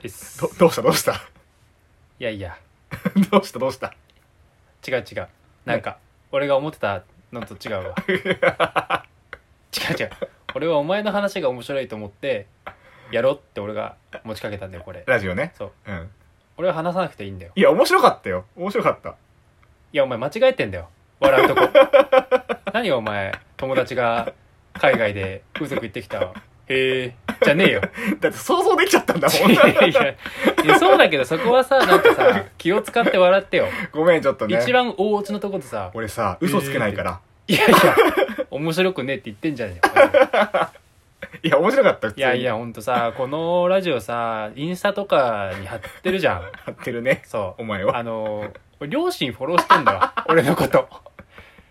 Speaker 2: です
Speaker 1: どどうしたどうした
Speaker 2: いやいや
Speaker 1: どうしたどうした
Speaker 2: 違う違うなんか俺が思ってたのと違うわ違う違う俺はお前の話が面白いと思ってやろうって俺が持ちかけたんだよこれ
Speaker 1: ラジオね
Speaker 2: そう
Speaker 1: うん
Speaker 2: 俺は話さなくていいんだよ
Speaker 1: いや面白かったよ面白かった
Speaker 2: いやお前間違えてんだよ笑うとこ何よお前友達が海外で風俗行ってきたへえじゃねえよ
Speaker 1: だって想像できちゃったんだも
Speaker 2: い
Speaker 1: ん
Speaker 2: やいやいやそうだけどそこはさなんかさ気を使って笑ってよ、
Speaker 1: ごめんちょっとね
Speaker 2: 一番大オチのとこでさ
Speaker 1: 俺さ嘘つけないから、
Speaker 2: いやいや面白くねえって言ってんじゃねえよ
Speaker 1: いや面白かった普通
Speaker 2: い
Speaker 1: に
Speaker 2: やいや、ほんとさ、このラジオさ、インスタとかに貼ってるじゃん。
Speaker 1: やってるね
Speaker 2: そ
Speaker 1: お前
Speaker 2: う。
Speaker 1: は
Speaker 2: あの、両親フォローしてんだわ。 俺のこと。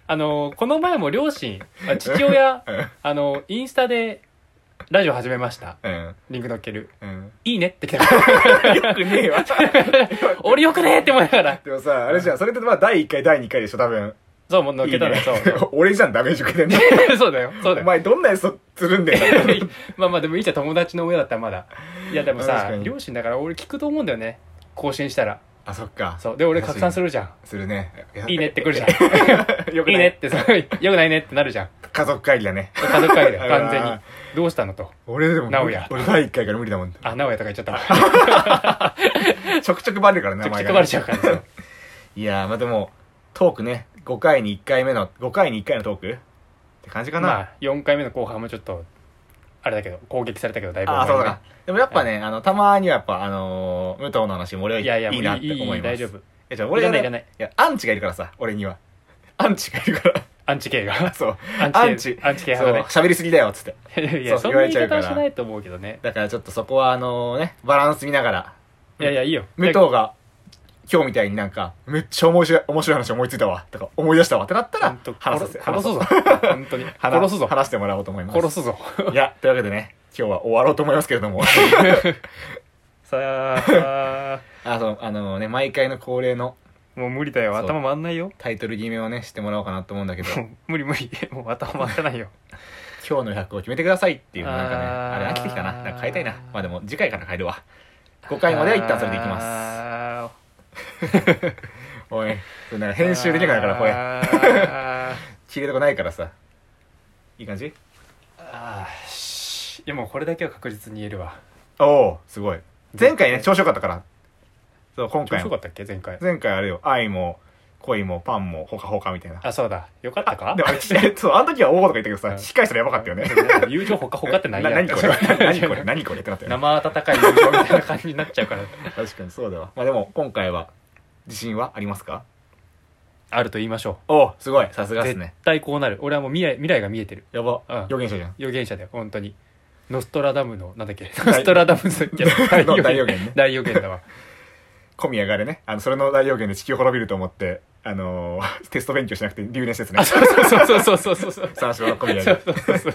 Speaker 2: あの、この前も両親、あ父 親、あの、インスタでラジオ始めました。
Speaker 1: うん
Speaker 2: リンク乗っける。
Speaker 1: うん
Speaker 2: いいねって来 たから。
Speaker 1: よくねえわ
Speaker 2: 俺よくねって思いながら。
Speaker 1: でもさあれじゃんそれってまあ第1回第2回でしょ多分
Speaker 2: そう、もう乗っ
Speaker 1: い
Speaker 2: け
Speaker 1: い
Speaker 2: たの
Speaker 1: ね
Speaker 2: よ。そう そ
Speaker 1: 俺じゃんダメージ受けてんの
Speaker 2: う。そうだよ。そう
Speaker 1: お
Speaker 2: だよ。
Speaker 1: 前どんなやつつるんでんの
Speaker 2: まあまあでもいいじゃん、友達の親だったらまだ。いやでも
Speaker 1: 確
Speaker 2: さ
Speaker 1: か、に
Speaker 2: 両親だから俺聞くと思うんだよね。更新したら。
Speaker 1: あそっか
Speaker 2: そう。で、俺拡散するじゃ ん。
Speaker 1: するね
Speaker 2: いいねってくるじゃん。
Speaker 1: よくない
Speaker 2: いね って、そう、よくないねってなるじゃん。
Speaker 1: 家族会議だね
Speaker 2: 家族会議だよ、完全
Speaker 1: あ
Speaker 2: に
Speaker 1: ら。
Speaker 2: どうしたのと。
Speaker 1: 俺でも
Speaker 2: 直哉
Speaker 1: 俺第1回から無理だもん
Speaker 2: あ、名古屋とか言っちゃったわ。
Speaker 1: ちょくちょくバレるから名
Speaker 2: ちょく
Speaker 1: 前
Speaker 2: ちょ
Speaker 1: が
Speaker 2: くバレちゃうからね。
Speaker 1: いやーまあでもトークね5回に1回目の5回に1回のトークって感じかな、
Speaker 2: まあ、4回目の後半もちょっと、あれだけど、攻撃されたけど、だいぶ
Speaker 1: ああ、
Speaker 2: 重
Speaker 1: そ
Speaker 2: いうね
Speaker 1: だな。でもやっぱね、あの、たまにはやっぱ、あのー、武藤の話も俺はい
Speaker 2: やいや、も
Speaker 1: いうい
Speaker 2: い
Speaker 1: なって
Speaker 2: い、
Speaker 1: 思
Speaker 2: い
Speaker 1: い
Speaker 2: い、
Speaker 1: ます。
Speaker 2: 大丈夫。
Speaker 1: え、じゃあ
Speaker 2: い
Speaker 1: 俺
Speaker 2: ら
Speaker 1: がね
Speaker 2: ない、いらない。
Speaker 1: いや、アンチがいるからさ、俺には。アンチがいるから。
Speaker 2: アン チ系が。
Speaker 1: そう。
Speaker 2: アンチ
Speaker 1: ア
Speaker 2: アンチ系
Speaker 1: そう、
Speaker 2: 派
Speaker 1: 喋りすぎだよ、つって。
Speaker 2: だね。い
Speaker 1: そ
Speaker 2: や、
Speaker 1: う
Speaker 2: そん
Speaker 1: 言わ
Speaker 2: な
Speaker 1: れ
Speaker 2: 言い
Speaker 1: ちゃうか
Speaker 2: 方
Speaker 1: ら
Speaker 2: はしないと思うけどね。
Speaker 1: だからちょっとそこは、あのね、バランス見ながら、
Speaker 2: いやいや、いいよ。
Speaker 1: 武藤が、今日みたいになんか、めっちゃ面白い、面白い話思いついたわ、とか、思い出したわってなった
Speaker 2: ほん
Speaker 1: ら
Speaker 2: と、
Speaker 1: 話
Speaker 2: 殺
Speaker 1: す。
Speaker 2: 殺
Speaker 1: 話
Speaker 2: すぞ。本当に。
Speaker 1: 話
Speaker 2: 殺すぞ。
Speaker 1: 話してもらおうと思います。
Speaker 2: 殺すぞ。
Speaker 1: いや、というわけでね、今日は終わろうと思いますけれど も。
Speaker 2: さあさ あ、
Speaker 1: あ、そう、あのね、毎回の恒例の、
Speaker 2: もう無理だよ。
Speaker 1: そう
Speaker 2: 頭回んないよ。
Speaker 1: タイトル決めをねしてもらおうかなと思うんだけど
Speaker 2: もう無理無理。もう頭回って ないよ。
Speaker 1: 今日の100を決めてくださいっていうなんかね
Speaker 2: あー
Speaker 1: あれ飽きてきたななんか変えたいなまあでも次回から変えるわ5回までは一旦それでいきます
Speaker 2: す。
Speaker 1: おいそれなんか編集できないからこれ
Speaker 2: れ
Speaker 1: 切れとこないからさいい感じ
Speaker 2: あーしいやもうこれだけは確実に言えるわ
Speaker 1: おおすごい前回ね調子よかったからそう今
Speaker 2: 面
Speaker 1: 回
Speaker 2: 白か
Speaker 1: も
Speaker 2: ったっけ前回
Speaker 1: 前回あれよ愛も恋もパンもほかほかみたいな
Speaker 2: あそうだよかったか
Speaker 1: で もあれそうあの時は大ごとか言ったけどさ
Speaker 2: うん
Speaker 1: 引き返したらやばかったよね
Speaker 2: 友情ほかほかってないや
Speaker 1: な何こ れ何これ何これってなったよね
Speaker 2: 生温かい友情みたいな感じになっちゃうから
Speaker 1: 確かにそうだわまあでも今回は自信はありますか
Speaker 2: あると言いましょ
Speaker 1: おおすごいさす
Speaker 2: う
Speaker 1: がです
Speaker 2: 絶
Speaker 1: ね
Speaker 2: 対こうなる俺はもう未来未来が見えてる
Speaker 1: やば、
Speaker 2: うん
Speaker 1: 予言者じゃん
Speaker 2: 予言者だよ本当にノストラダムのなんだっけノストラダムズだっけ 大
Speaker 1: の大予 言ね
Speaker 2: 大予言だわ
Speaker 1: 小宮があれねあのそれの大予言で地球滅びると思ってあのー テスト勉強しなくて留年したやつね
Speaker 2: あそうそうそうそうそうそうそう
Speaker 1: 三四郎の小宮
Speaker 2: そ
Speaker 1: が
Speaker 2: うそうそう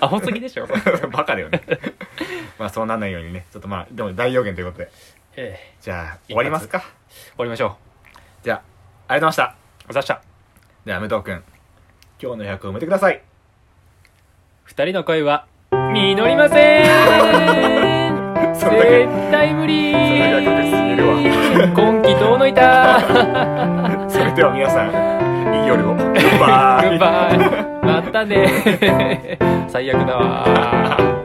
Speaker 2: アホすぎでしょ
Speaker 1: バカだよねまあそうなんないようにねちょっとまあでも大予言ということで
Speaker 2: ええ
Speaker 1: じゃあ終わりますか
Speaker 2: 終わりましょう
Speaker 1: じゃあありがとうございました
Speaker 2: おざした
Speaker 1: では武藤君今日の役を埋めてください
Speaker 2: 二人の恋は実りません
Speaker 1: それだけ
Speaker 2: 絶対無理
Speaker 1: それだけ確実にいるわ
Speaker 2: 今季どうの いた
Speaker 1: それでは皆さんいい夜をグッバ
Speaker 2: グ
Speaker 1: イ
Speaker 2: ッバイまたね最悪だわ